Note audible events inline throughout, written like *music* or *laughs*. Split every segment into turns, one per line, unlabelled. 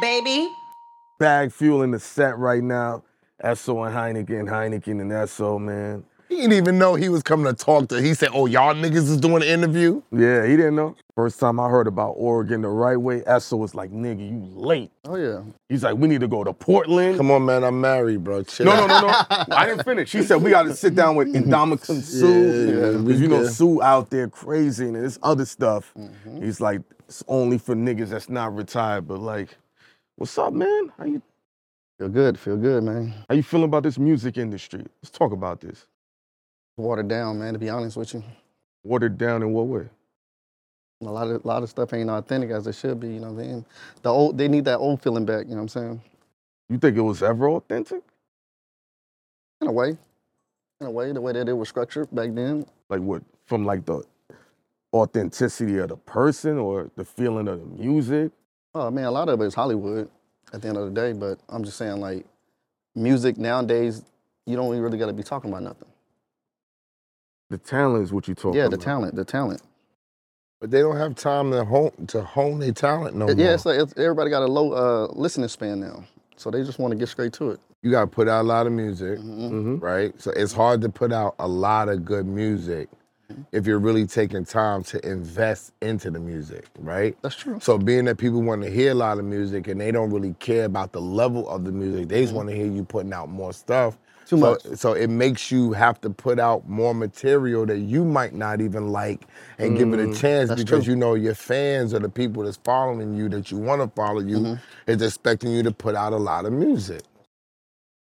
baby.
Bag fuel in the set right now. Esso and Heineken, Heineken and Esso, man.
He didn't even know he was coming to talk to. He said, "Oh, y'all niggas is doing an interview."
Yeah, he didn't know. First time I heard about Oregon the right way, Esso was like, nigga, you late.
Oh yeah.
He's like, we need to go to Portland.
Come on, man. I'm married, bro. Chill
No, no,
out.
no, no. I didn't finish. She said we got to sit down
*laughs*
with Indomitian Sue.
Yeah, yeah, we
Because you know
good.
Sue out there crazy and this other stuff.
Mm-hmm.
He's like, it's only for niggas that's not retired. But like, what's up, man? How you
Feel good, feel good, man.
how you feeling about this music industry? Let's talk about this.
Watered down, man, to be honest with you.
Watered down in what way?
A lot of lot of stuff ain't authentic as it should be, you know what I'm saying? The old they need that old feeling back, you know what I'm saying?
You think it was ever authentic?
In a way. In a way, the way that it was structured back then.
Like what? From like the authenticity of the person or the feeling of the music?
Oh man, a lot of it is Hollywood at the end of the day, but I'm just saying like music nowadays, you don't really gotta be talking about nothing.
The talent is what you talking
yeah,
about.
the talent, the talent.
But they don't have time to hone to hone their talent no more.
Yeah, it's like it's, everybody got a low uh, listening span now. So they just want to get straight to it.
you got to put out a lot of music,
Mhm.
Mm-hmm.
right? So it's hard to put out a lot of good music if you're really taking time to invest into the music, right?
That's true.
So being that people want to hear a lot of music and they don't really care about the level of the music, they just want to hear you putting out more stuff.
Mm-hmm. Too
so,
much.
So it makes you have to put out more material that you might not even like and give it a
Mm,
chance because you know your fans or the people that's following you that you want to follow you
Mm-hmm.
is expecting you to put out a lot of music.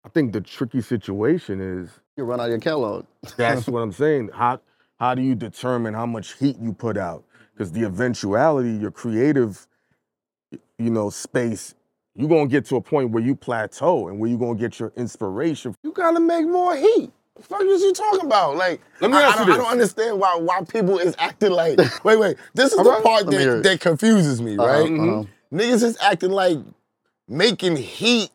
I think the tricky situation
*laughs*
is
You run out of your catalog. *laughs*
That's what I'm saying. How how do you determine how much heat you put out? Because the eventuality, your creative, you know, space, you're gonna get to a point where you plateau and where you're gonna get your inspiration.
You gotta make more heat. The fuck is you talking about? Like,
Let me
I,
ask
I
you
don't, I
this.
don't understand why why people is acting like. Wait, wait. This is the
right,
part
let me hear
that,
it.
that confuses me, right? Mm-hmm.
Uh-huh, uh-huh.
Niggas is acting like making heat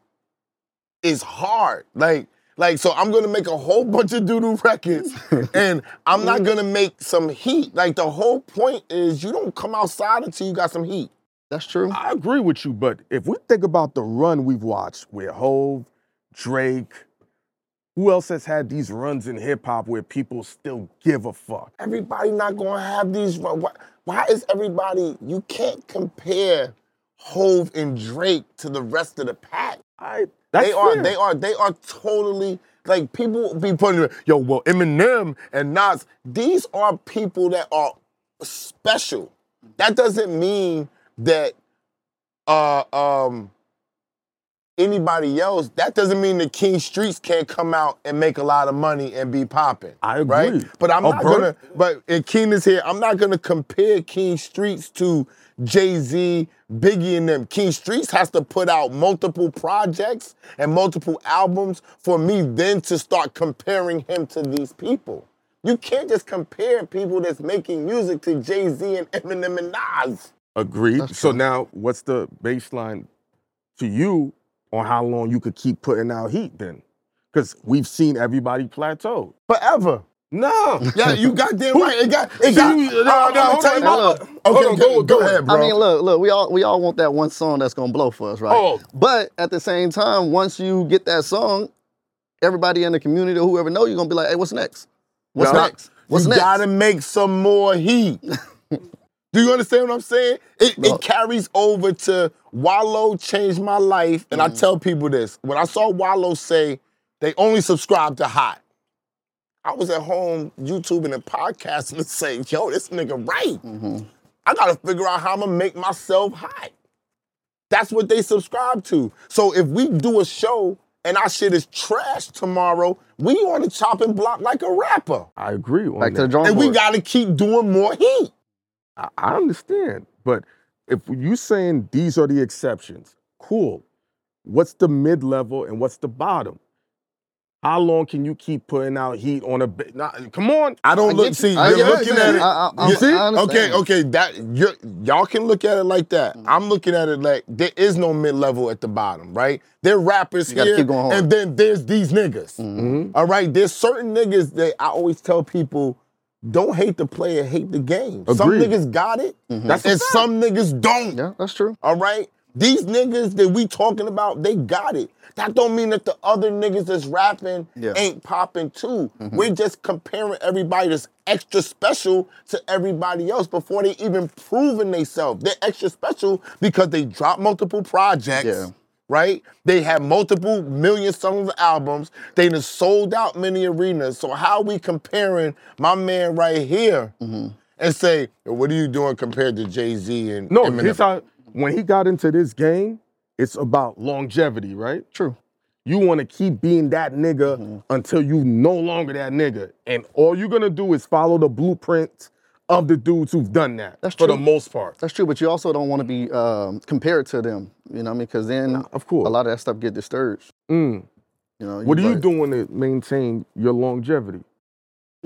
is hard. Like, like so I'm gonna make a whole bunch of doodoo
*laughs*
records and I'm
Mm-hmm.
not gonna make some heat. Like the whole point is you don't come outside until you got some heat.
That's true.
I agree with you, but if we think about the run we've watched with Hove, Drake, who else has had these runs in hip hop where people still give a fuck?
everybody not gonna have these. Why, why- why is everybody? You can't compare Hove and Drake to the rest of the pack.
I that's
they are.
fair.
They are. They are totally like people be putting. Yo, well, Eminem and Nas. These are people that are special. That doesn't mean that uh, um, anybody else. That doesn't mean the King Streets can't come out and make a lot of money and be popping.
I agree. Oh,
Right? But I'm
A
not
bird-
gonna. But and Keen is here. I'm not gonna compare King Streets to Jay Z, Biggie, and them. King Streets has to put out multiple projects and multiple albums for me then to start comparing him to these people. You can't just compare people that's making music to Jay Z and Eminem and Nas.
Agreed. So now, what's the baseline to you on how long you could keep putting out heat then? Because we've seen everybody plateau.
Forever.
No.
Yeah, you goddamn right. It got.
Who-
It got.
no,
I'm-
no,
I'm gonna
hold
tell
on,
you what-
hold
Okay,
on. Hold on,
go,
go-
go
go.
ahead, bro.
I mean, look, look, we all we all want that one song that's gonna blow for us, right?
Oh.
But at the same time, once you get that song, everybody in the community or whoever know you're gonna be like, hey, what's next? What's
Nah,
next? What's
you
next?
gotta make some more
*laughs*
heat. Do you understand what I'm saying? It,
No.
it carries over to Wallow changed my life, and
Mm.
I tell people this. When I saw Wallow say they only subscribe to hot, I was at home YouTubing and podcasting and *laughs* saying, yo, this nigga right.
Mm-hmm.
I gotta figure out how I'm gonna make myself hot. That's what they subscribe to. So if we do a show and our shit is trash tomorrow, we on the chopping block like a rapper.
I agree on
Back to the
that.
drawing
And we
board.
gotta keep doing more heat.
I, I understand. But if you saying these are the exceptions, cool. What's the mid level and what's the bottom? How long can you keep putting out heat on a? ba- Nah, come on.
I don't
I
look.
get
See,
you. I
you're
get what
looking
you're
at
saying.
it.
I-
you
I- I'm- I
see? okay,
understand. Mm-hmm.
okay. That you're, y'all can look at it like that. I'm looking at it like there is no mid level at the bottom, right? There are rappers
You gotta
here,
keep going hard. Mm-hmm.
and then there's these niggas. All right, there's certain niggas that I always tell people. Don't hate the player, hate the game. Some
Agreed.
niggas got it,
Mm-hmm.
That's a
and
fact.
some niggas don't.
yeah, that's true.
All right. These niggas that we talking about, they got it. That don't mean that the other niggas that's rapping
Yeah. Mm-hmm.
ain't popping too. We're just comparing everybody that's extra special to everybody else before they even proven themselves. They're extra special because they dropped multiple projects.
Yeah.
Right? They had multiple million songs and albums. They done sold out many arenas. So how we comparing my man right here
Mm-hmm.
and say, what are you doing compared to Jay-Z and
No,
Eminem?
here's how, when he got into this game, it's about longevity, right?
True.
You want to keep being that nigga
Mm-hmm.
until you no longer that nigga, and all you're gonna do is follow the blueprint of the dudes who've done that.
That's
for the
true.
most part.
That's true, but you also don't want to be um, compared to them. You know what I mean? Because then
Of course.
a lot of that stuff get discouraged.
Mm.
You know.
What are you
but
doing to maintain your longevity?
You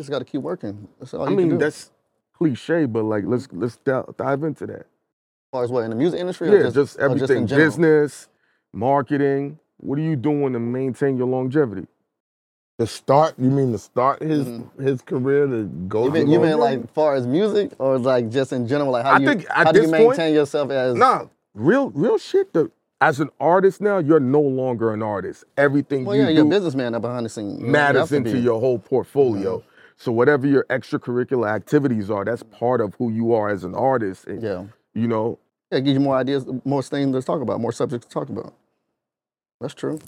just got to keep working. That's all
I
Oh, you can
mean,
do.
that's cliche, but like, let's let's di- dive into that.
as far as what in the music industry. or
Yeah,
just,
just,
or just in
everything,
general?
business, marketing. What are you doing to maintain your longevity?
The start? You mean to start his his career to go?
Mm-hmm. You mean,
to
you mean
Lonzo?
like far as music or like just in general? Like how
I
you
think at
how do you
this point-
maintain yourself as
Nah, real real shit. The, as an artist now, you're no longer an artist. Everything
well
you
yeah
do
you're a businessman now behind the scenes. You don't have
matters
to
into
be.
your whole portfolio. So whatever your extracurricular activities are, that's part of who you are as an artist. And,
yeah.
You know,
Yeah, it gives you more ideas, more things to talk about, more subjects to talk about. That's true.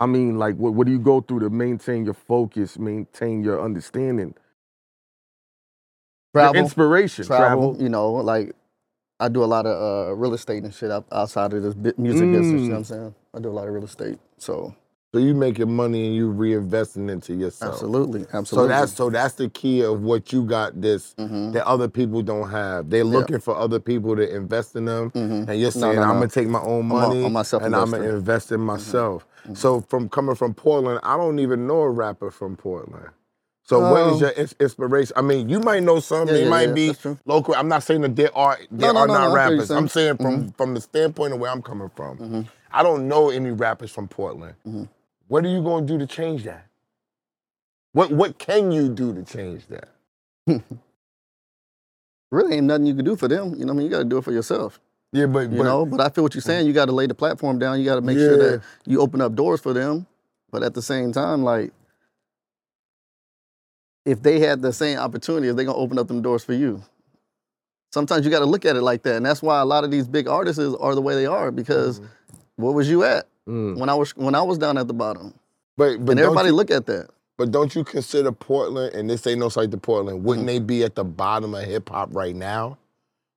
I mean, like, what, what do you go through to maintain your focus, maintain your understanding, your
Travel,
inspiration,
travel,
travel?
You know, like I do a lot of uh, real estate and shit out- outside of this bu- music business. You know what I'm
Mm.
saying? I do a lot of real estate. So
so you making money and you reinvesting into
Oh.
yourself.
absolutely,
So
absolutely. Mm-hmm.
that's so that's the key of what you got. This that other people don't have. They're looking for other people to invest in them, and you're saying
Mm-hmm. no,
I'm
no.
gonna take my own
a-
money
I'm a
and I'm gonna
self-investor. Mm-hmm.
invest in myself. So from coming from Portland, I don't even know a rapper from Portland. So when
Um,
is your ins- inspiration? I mean, you might know some.
Yeah,
they
yeah,
might
yeah,
be
that's true.
local. I'm not saying that there are there
no,
are
no, no, I
not
feel you, Mm-hmm.
rappers.
son.
I'm saying from from the standpoint of where I'm coming from. I don't know any rappers from Portland.
Mm-hmm.
What are you gonna do to change that? What what can you do to change that?
really ain't nothing you can do for them. You know, what I mean, you got to do it for yourself.
Yeah, but,
You
but
know, but I feel what you're saying. You got to lay the platform down. You got to make sure
Yeah.
that you open up doors for them. But at the same time, like, if they had the same opportunities, they're gonna open up them doors for you. Sometimes you got to look at it like that, and that's why a lot of these big artists is- are the way they are because
Mm-hmm.
where was you at
Mm.
when I was when I was down at the bottom?
but but
and
don't
everybody
you,
look at that.
but don't you consider Portland and this ain't no slight to Portland? Wouldn't
Mm-hmm.
they be at the bottom of hip hop right now?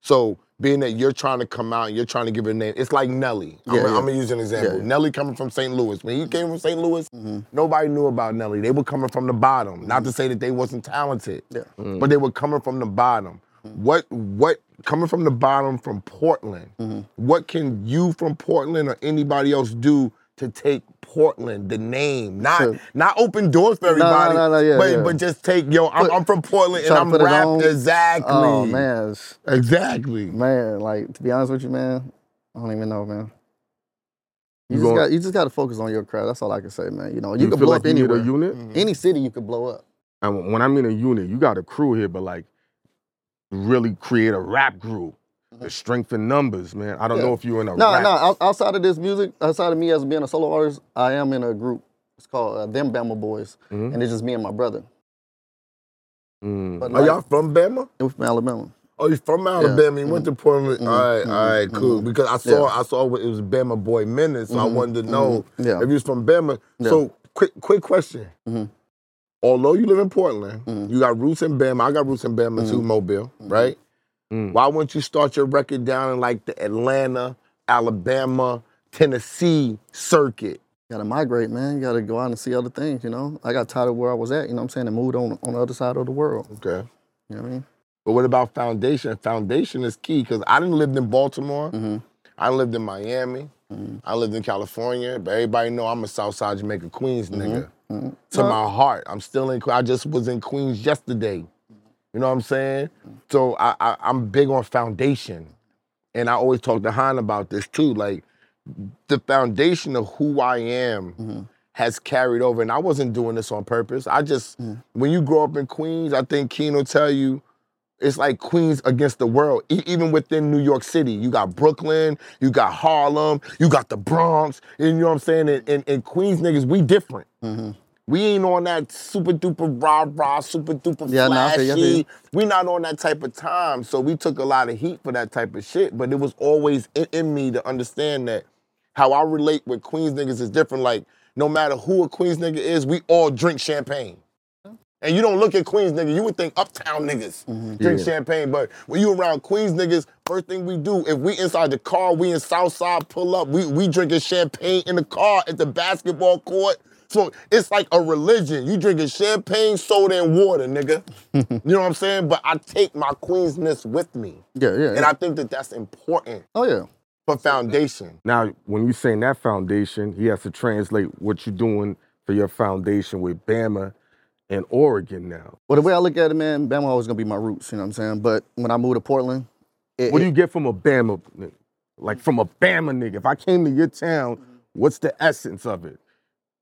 So being that you're trying to come out and you're trying to give it a name, it's like Nelly. I'm,
Yeah,
gonna-
yeah.
I'm gonna use an example.
yeah. Mm-hmm.
Nelly coming from St. Louis. When he came from St. Louis, nobody knew about Nelly. They were coming from the bottom. Not to say that they wasn't talented,
Yeah. Mm-hmm.
but they were coming from the bottom. What what coming from the bottom from Portland?
Mm-hmm.
What can you from Portland or anybody else do to take Portland the name? Not
Sure.
not open doors for
no,
everybody,
no, no, yeah,
but
yeah.
but just take yo. I'm,
Put-
I'm from Portland and
try to
I'm
put it
rapped
on.
exactly.
Oh man, Mm, it's-
Exactly.
man, like to be honest with you, man, I don't even know, man. You,
You
just
gon-
got you just got to focus on your craft. That's all I can say, man. You know, you,
You
can
feel
blow
like
up
you need
anywhere.
a unit.
Any city you could blow up.
And when I mean a unit, you got a crew here, but like really create a rap group. The strength in numbers, man. I don't
Mm-hmm. Yeah.
know if you're in a
No,
rap.
no. out- Outside of this music, outside of me as being a solo artist, I am in a group. It's called uh, Them Bama Boys,
Mhm.
and it's just me and my brother.
Mm-hmm. Mm.
But
Are
like,
y'all from Bama?
we're from Alabama.
Oh, you from Alabama? You went
Mm-hmm.
to Portland. right, all right, cool. Because I saw, I saw what- it was Bama Boy Minute, so I wanted to know
mhm. Yeah. Mm-hmm.
if you was from Bama. So, quick, quick question. Although you live in Portland, you got roots in Bama. I got roots in Bama
Mm-hmm.
too, Mobile, right?
Mm.
Why wouldn't you start your record down in like the Atlanta, Alabama, Tennessee circuit?
Gotta migrate, man. You gotta go out and see other things. You know, I got tired of where I was at. You know what I'm saying? And moved on on the other side of the world.
Okay.
You know what I mean?
But what about foundation? Foundation is key because I didn't live in Baltimore. I lived in Miami. I lived in California. But everybody know I'm a Southside Jamaica Queens nigga. To my heart, I'm still in. Que- I just was in Queens yesterday. You know what I'm saying? So I, I I'm big on foundation, and I always talk to Han about this too. Like the foundation of who I am has carried over. And I wasn't doing this on purpose. I just, when you grow up in Queens, I think Keen will tell you it's like Queens against the world. E- even within New York City, you got Brooklyn, you got Harlem, you got the Bronx. You know what I'm saying? And, and, and Queens niggas, we different.
Mm-hmm.
We ain't on that super duper rah rah, super duper
Yeah, nah, I
flashy.
feel you, I feel you.
we not on that type of time, so we took a lot of heat for that type of shit. But it was always in, in me to understand that how I relate with Queens niggas is different. Like no matter who a Queens nigga is, we all drink champagne. And you don't look at Queens nigga, you would think uptown niggas
Mm-hmm.
drink
Yeah.
champagne. But when you around Queens niggas, first thing we do, if we inside the car, we in Southside, pull up, we we drinking champagne in the car at the basketball court. So it's like a religion. You drinking champagne, soda, and water,
*laughs*
nigga. you know what I'm saying? But I take my Queensness with me.
Yeah, yeah.
And I think that that's important
oh yeah.
for foundation.
Now, when you saying that foundation, he has to translate what you're doing for your foundation with Bama and Oregon now.
Well, the way I look at it, man, Bama always gonna be my roots. You know what I'm saying? But when I moved to Portland, it,
What do
it-
you get from a Bama nigga? Like from a Bama nigga. If I came to your town, what's the essence of it?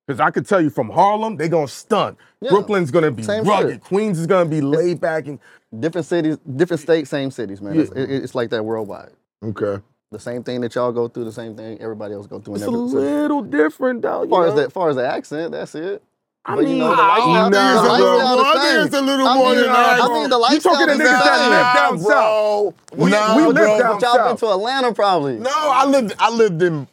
Because I could tell you from Harlem, they gonna stunt.
Yeah.
Brooklyn's gonna be
Same
rugged.
shit.
Queens is gonna be laid back and
different cities, different states, same cities, man. It's, it- it's like that worldwide.
Okay.
The same thing that y'all go through, the same thing everybody else go through.
it's a
in every city.
little different though.
As far as that, far as the accent, that's it.
I
but you
mean,
know, the
I,
lifestyle-
nah.
the lifestyle the same.
a little
I
more
mean,
than
I
I
mean, the
You
lifestyle
talking to
is
niggas that
not-
live down south?
bro.
We-
nah,
we live
bro.
down
But y'all been
south.
to Atlanta probably.
No, I lived I lived in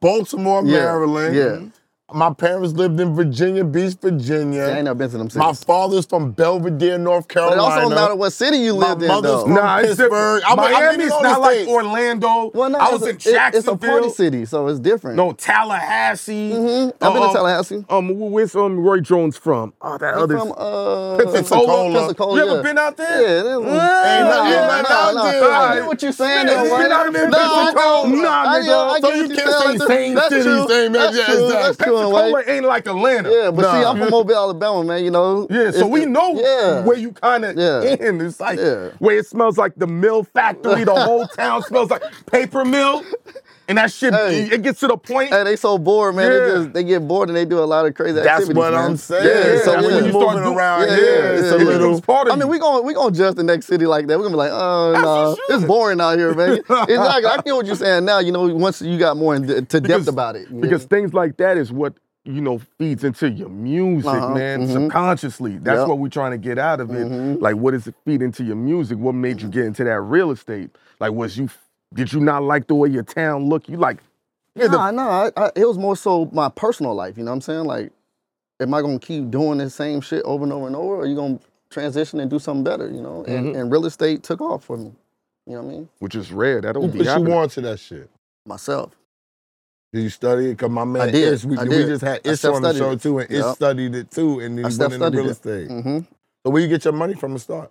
Baltimore,
Yeah,
Maryland.
Mm-hmm.
yeah.
My parents lived in Virginia Beach,
I ain't
Virginia.
never been to them cities.
My father's from Belvedere, North
but it
Carolina.
also matter what city you
My
lived in,
mother's
though.
from
Nah, it's
Pittsburgh.
different.
I'm- I've been
Miami's
all
not
the
like
states.
Orlando.
well, no,
I
it's
was
a-
in
it- It's a
Jacksonville.
party city, so it's different. Mm-hmm.
No, Tallahassee.
I've been
Um,
to Tallahassee.
Um, wh- where's um Roy Jones from? Oh, that
I'm
other.
from uh,
Pensacola.
Pensacola,
you ever
yeah.
been out
Yeah,
there?
that
Ain't
was- no,
nothing- ain't
no,
nothing
no,
out
no.
there.
I get what you're saying, though,
Nigga,
right?
you not been in
No, I
Pensacola.
know.
Nah,
I know,
nigga.
I
So
get
you
what you're
can't
saying,
say
like
same
that. That's
cities,
true.
same-
That's
yeah,
true. That's
exactly.
true. in a way.
Pensacola ain't like Atlanta.
Yeah, but see,
Nah.
I'm from Mobile, Alabama, man. You know.
*laughs* Yeah, so
It's-
we know
yeah.
where you kind of
Yeah.
in. It's like
Yeah.
where it smells like the mill factory. The whole town smells like paper mill, and that shit.
Hey.
It gets to the point.
Hey, they so bored, man.
Yeah.
They just they get bored and they do a lot of crazy
That's
activities.
what
man.
I'm saying.
Yeah,
Yeah,
so
so
that's
yeah.
when
you
you
start
moving
do-
around,
yeah,
yeah,
yeah,
it's a
yeah.
little.
It's part of
I mean,
you.
we going we gonna judge the next city like that. We're gonna be like, oh no,
you
it's
should.
boring out here, man. exactly. I feel what you're saying now. You know, once you got more in to depth
Because-
about it. you
because
know?
things like that is what you know feeds into your music,
Uh-huh,
man. Subconsciously, that's
Yep. Mm-hmm.
what we're trying to get out of it. Like, what does it feed into your music? What made you get into that real estate? Like, was you did you not like the way your town looked? You like, yeah, the-
nah, nah. I, I, it was more so my personal life. You know what I'm saying? Like, am I gonna keep doing the same shit over and over and over? Or are you gonna transition and do something better? You know? And, and real estate took off for me. You know what I mean?
which is rare. That don't
But
be
you
happening.
want to that shit.
Myself.
Did you study it? Cause my man
I did.
Ish, we,
I
we
did.
just had
I
Ish on the
self-studied
show
it.
too, and Ish
Yup.
studied it too, and then
I
he went into
self-studied
real
it.
estate.
Mm-hmm.
So where you get your money from to start?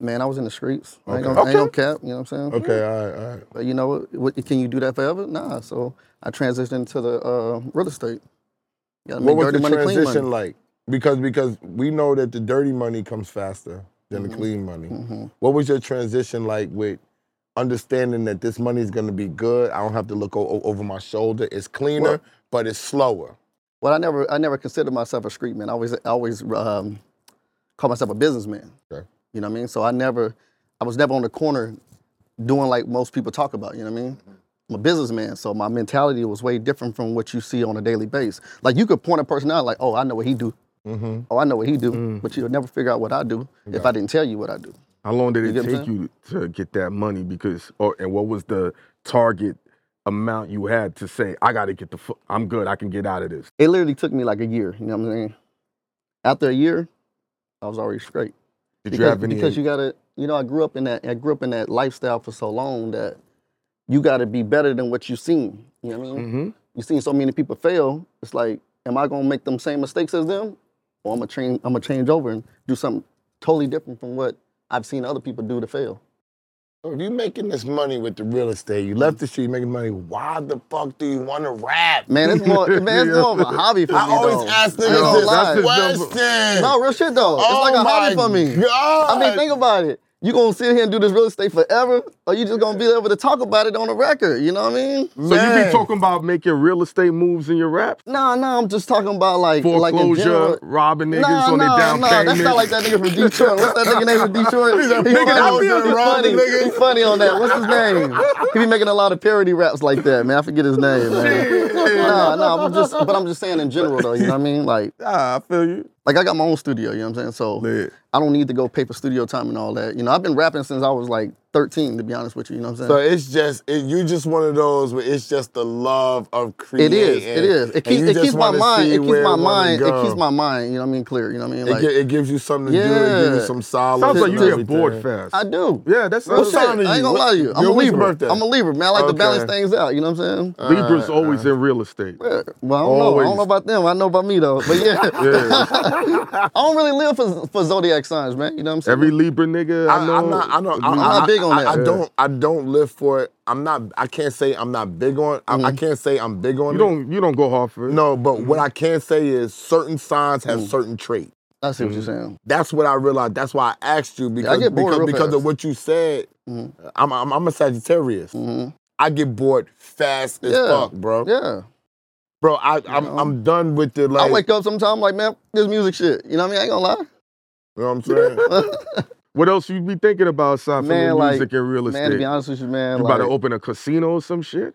Man, I was in the streets. I ain't
Okay.
gonna, I ain't
Okay.
gonna cap. You know what I'm saying?
Okay, all right, all right.
But you know what, what? Can you do that forever? Nah. So I transitioned into the uh, real estate. You gotta
What
make
was
dirty
the
money, clean money.
transition like? Because because we know that the dirty money comes faster than
Mm-hmm.
the clean money. What was your transition like with understanding that this money is going to be good? I don't have to look o- o- over my shoulder. It's cleaner,
Well-
but it's slower.
Well, I never, I never considered myself a street man. I always, I always um, call myself a businessman.
Okay.
You know what I mean? So I never, I was never on the corner doing like most people talk about. You know what I mean? I'm a businessman, so my mentality was way different from what you see on a daily base. Like you could point a person out, like, oh, I know what he do.
Mm-hmm.
Oh, I know what he do.
Mm.
But you'll never figure out what I do if I didn't tell you what I do.
How long did
You
it
get what I'm
take you to get that money? Because, or and what was the target amount you had to say? I got to get the. Fu- I'm good. I can get out of this.
It literally took me like a year. You know what I'm saying? After a year, I was already straight.
Did you
because,
have any?
because you gotta you know i grew up in that i grew up in that lifestyle for so long that you gotta be better than what you seen you know what i mean
Mhm.
you seen so many people fail it's like am i gonna make them same mistakes as them or i'm gonna change i'm gonna change over and do something totally different from what i've seen other people do to fail
So if you're making this money with the real estate, you
Mm-hmm.
left the street making money. Why the fuck do you want to rap?
man it's more man it's more of a hobby for
I
me
always
though.
ask
Mm, I ain't
niggas this
gonna
That's
lie.
the-
question.
no real shit though
Oh
it's like a
my
hobby for me
God.
i mean think about it You gonna sit here and do this real estate forever, or you just gonna be able to talk about it on a record? You know what I mean?
So you
Man.
be talking about making real estate moves in your raps?
Nah, nah. I'm just talking about like like in
Foreclosure,
general.
robbing niggas
Nah,
on
nah,
their down
nah.
payment.
That's not like that nigga from Detroit. What's that nigga name from
*laughs*
Detroit? He's
a fucking
Elder
Ron,
funny.
nigga.
He funny on that. What's his name? He be making a lot of parody raps like that, man. I forget his name, man. Nah, nah. I'm just, but I'm just saying in general though. You know what I mean? Like,
Nah, I feel you.
like I got my own studio. You know what I'm saying? So
Lit.
I don't need to go pay for studio time and all that. You know, I've been rapping since I was like 13. To be honest with you, you know what I'm
So
saying?
it's just it, you just one of those where it's just the love of
It
creating.
is. It is. It
and
keeps.
you
It
just
keeps my
wanna
mind.
see
It keeps
where
my
wanna
mind. It
go.
keeps my mind. You know what I mean? Clear. You know what I mean?
It,
Like
gi- it gives you something to do. It gives you
Yeah.
some solid.
Sounds like you
and
get bored
everything.
fast.
I do.
yeah, that's
Well, shit,
sign
I
are
ain't
you?
gonna
What-
lie to you. I'm
Yo,
a
when's your
Libra.
birthday?
I'm a Libra, man. I like
Okay. Uh,
to balance things out. You know what I'm saying?
Libra's always in real estate.
Yeah, well, I don't know. I
Always.
don't know about them. I know about me though.
*laughs*
But yeah,
Yeah.
*laughs* I don't really live for, for zodiac signs, man. You know what I'm saying?
Every Libra nigga I,
I,
know.
I'm not. I don't, I'm
not big on
I,
that.
I, don't. I don't live for it. I'm not. I can't say I'm not big on. I,
Mm-hmm.
I can't say I'm big on.
you
it.
don't. You don't go hard for it.
No, but what I can say is certain signs
Mm-hmm.
have certain traits.
I see what you're saying.
That's what I realized. That's why I asked you because
get bored
because,
real
because of
fast. Mm-hmm.
what you said. I'm, I'm I'm a Sagittarius. I get bored fast as
Yeah.
fuck, bro.
Mm-hmm. Yeah.
Bro, I I'm, I'm done with the like.
I wake up sometimes like, man, this music shit. You know what I mean? I ain't gonna lie.
You know what I'm saying?
What else you be thinking about aside from
Man,
the
like,
music and real
Man, to
estate?
be honest with you, man,
you
like,
about to open a casino or some shit?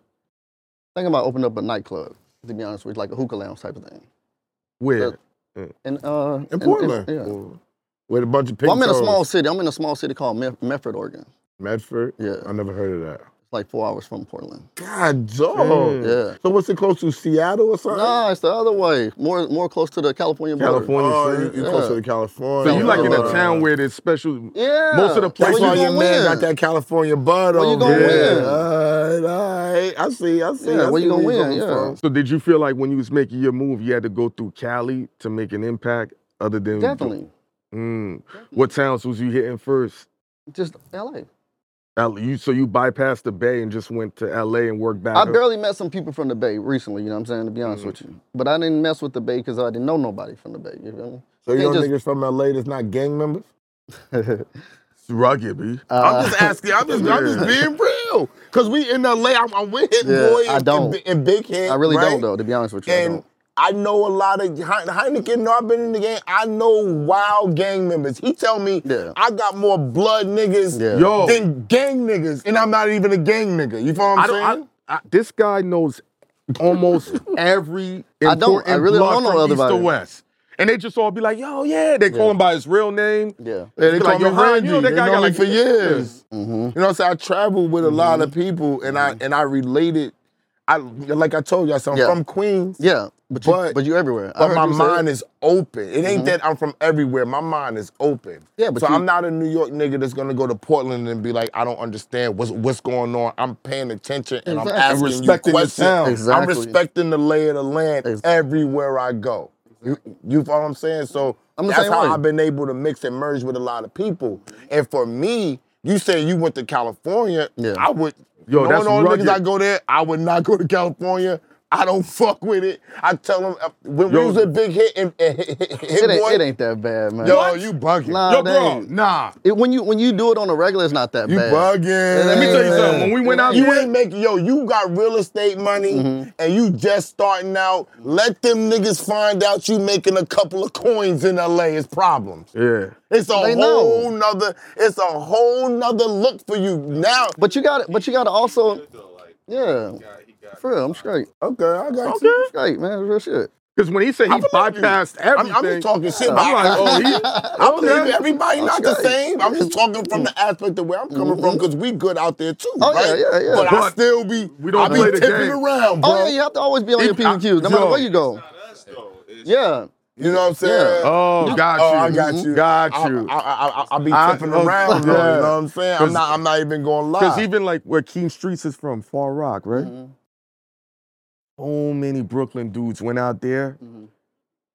thinking about opening up a nightclub. To be honest with you, like a hookah lounge type of thing.
Where?
Uh, And uh, in- in-
Portland.
yeah.
with a bunch of pink
Well, I'm in a
toes.
small city. I'm in a small city called Mef- Medford, Oregon.
Medford.
Yeah.
I never heard of that.
It's like four hours from Portland.
God, dog.
Yeah.
So what's it close to Seattle or something?
Nah, it's the other way. More more close to the California border.
California.
Oh,
son.
you, you
Yeah.
close to California.
So you like in
Uh,
a town where there's special.
Yeah.
Most of the
That's
That's
places-
where
why
you
your
gonna
man
win.
got that California bud
Where you
on.
gonna
yeah.
win?
All right, all right. I see, I see.
Yeah,
I
where
see
you gonna
you're
win,
coming
yeah.
from.
So did you feel like when you was making your move, you had to go through Cali to make an impact? Other than
Definitely.
Mm. What towns was you hitting first?
Just LA.
L- you so you bypassed the Bay and just went to LA and worked back.
I
up?
barely met some people from the Bay recently, you know what I'm saying, to be honest with you. But I didn't mess with the Bay because I didn't know nobody from the Bay, you feel me?
So you
Can't
don't niggas
just-
from LA that's not gang members?
It's rugged, B.
Uh,
I'm just asking. I'm just, I'm
*laughs*
just being real. Cause we in LA. I'm, I'm with Hit
Yeah,
Boy
I
and,
don't.
and, and Big Hit.
I really
right?
don't though, to be honest with you. I
And
don't.
I know a lot of Hein- Heineken. No, I've been in the game. I know wild gang members. He tell me
Yeah.
I got more blood niggas
Yeah.
Yo.
than gang niggas, and I'm not even a gang nigga. You feel what I'm
I
saying?
don't. I, I, this guy knows
*laughs*
almost every important
I don't- I really
blood
don't know
from east to
everybody.
west, and they just all be like, "Yo, yeah." They call him by his real name.
Yeah.
Yeah, they
Be
call
like,
me
"Yo, Hein,
Randy.
you know that
they
guy
know
got
me
like-
for years.
Mm-hmm.
You know, so I traveled with a lot of people, and I and I related. I like I told you, so I'm
Yeah.
from Queens.
Yeah. But you
But-
but, you everywhere. I
But
heard
my
you say Mm-hmm.
mind is open. It ain't that I'm from everywhere. My mind is open.
Yeah, but
so
you-
I'm not a New York nigga that's gonna go to Portland and be like, I don't understand what's what's going on. I'm paying attention and
Exactly.
I'm asking
And respecting the
you questions.
town.
Exactly.
I'm respecting the lay of the land
Ex-
everywhere I go. You, you follow what I'm saying? So
I'm the
that's
same
how
way.
I've been able to mix and merge with a lot of people. And for me, you say you went to California.
Yeah.
I would.
Yo,
knowing
that's
all the niggas
rugged.
I go there. I would not go to California. I don't *laughs* fuck with it. I tell them when
Yo.
we was a big hit and, and hit, hit, hit
it,
boy.
ain't, it ain't that bad, man.
yo, you bugging.
Nah,
Yo,
that
bro,
ain't-
nah.
It, when you when you do it on the regular, it's not that
you
bad.
bugging.
Let me tell you
Yeah.
something. When we went out,
You
there- Mm-hmm.
ain't making yo. You got real estate money, and you just starting out. Let them niggas find out you making a couple of coins in LA is problems.
Yeah.
It's a
They know.
whole nother. It's a whole nother look for you now.
But you got it. But you got to also. Yeah. For real, I'm straight.
Okay, I got
Okay.
you.
I'm straight, man. Real shit.
Because when he said he
I feel like you-
bypassed
I'm,
everything,
I'm just talking shit. but
I'm
*laughs*
like,
I-
oh, he.
I believe everybody not the
Okay. Mm-hmm.
same. I'm just talking from the aspect of where I'm coming from because we good out there too,
Oh, yeah,
right?
yeah, yeah.
But, I
But
still be
we don't
I be
play the
tipping
game.
around, bro.
Oh yeah, you have to always be on your
If I-
PQ, no matter
yo.
where you go. Yeah.
You know what I'm saying?
Yeah.
Oh, got you.
Oh, I got you.
Got
I-
you.
I, I, I, I be
I-
tipping
oh,
around, though,
yeah.
you know what I'm saying? I'm
'Cause-
not, I'm not even going to
Ah.
Because
lie.
even like where Keem Streets is from, Far Rock, right?
Mhm.
So many Brooklyn dudes went out there
Mhm.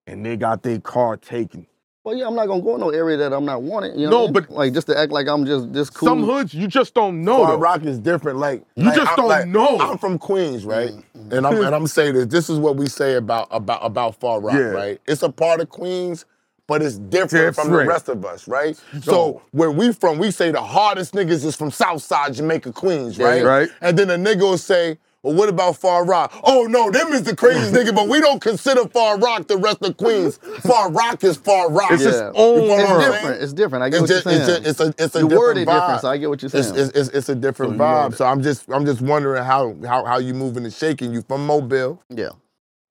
and they got their car taken.
Well, yeah, I'm not gonna go in no area that I'm not wanted. You know
No,
what I mean?
but-
like just to act like I'm just this cool.
Some hoods you just don't know.
Far
though.
Rock is different. Like
You
like,
just
I'm-
don't
like,
know.
I'm from Queens, right?
Mm,
*laughs*
And I'm and I'm saying this. This is what we say about about about Far Rock,
Yeah.
right? It's a part of Queens, but it's different, from the
Different.
rest of us, right? So where we from, we say the hardest niggas is from Southside Jamaica, Queens, right?
Right.
And then a nigga will say, well, what about Far Rock? Oh no, them is
*laughs*
the craziest nigga, but we don't consider Far Rock the rest of Queens. Far Rock is Far Rock.
It's
Yeah.
its
You
own
follow what I'm
world.
saying?
different. It's different. I get
It's
what
just,
you're
it's,
saying.
just, it's a, it's a
You
different
worded
vibe.
different, so I get what you're
It's,
saying.
it's, it's, it's a different vibe. So I'm just, I'm just wondering how, how, how you moving and shaking. You from Mobile?
yeah.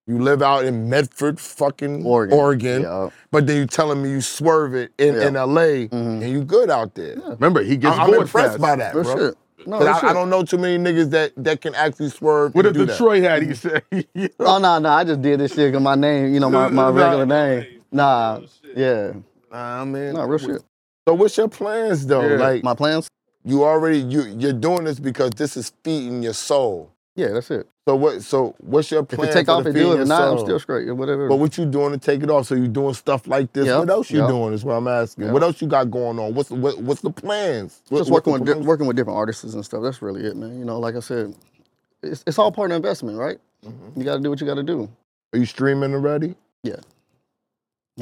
You live out in Medford, fucking Oregon.
Oregon. Yeah.
But then you telling me you swerve it in,
Yeah. Mm-hmm.
in LA and you good out there.
Remember, he gets
I, am
bored
impressed
fast.
by that,
Real
bro.
shit. No,
'Cause
real
I, I
Oh, shit.
don't know too many niggas that, that can actually swerve.
What if
and do that.
Detroit had he said? *laughs*
Oh no, no, I just did this shit because my name, you know, my, my
Nah.
regular name. Nah, yeah,
nah, man.
no, real shit.
So what's your plans though?
Yeah.
Like
My plans?
you already you you're doing this because this is feeding your soul.
Yeah, that's it.
So what? So what's your
If
plan?
it take
for
off,
the
it
feeding
do. If
your
not, I'm
soul?
still straight. Yeah, Whatever.
But what you doing to take it off? So you doing stuff like this?
Yeah.
What else you
Yeah.
doing? Is what I'm asking.
Yeah.
What else you got going on? What's what, what's the plans? What-
just
what's
working
the
with di-
promotion?
working with different artists and stuff. That's really it, man. You know, like I said, it's, it's all part of investment, right?
Mm-hmm.
You got to do what you got to do.
Are you streaming already?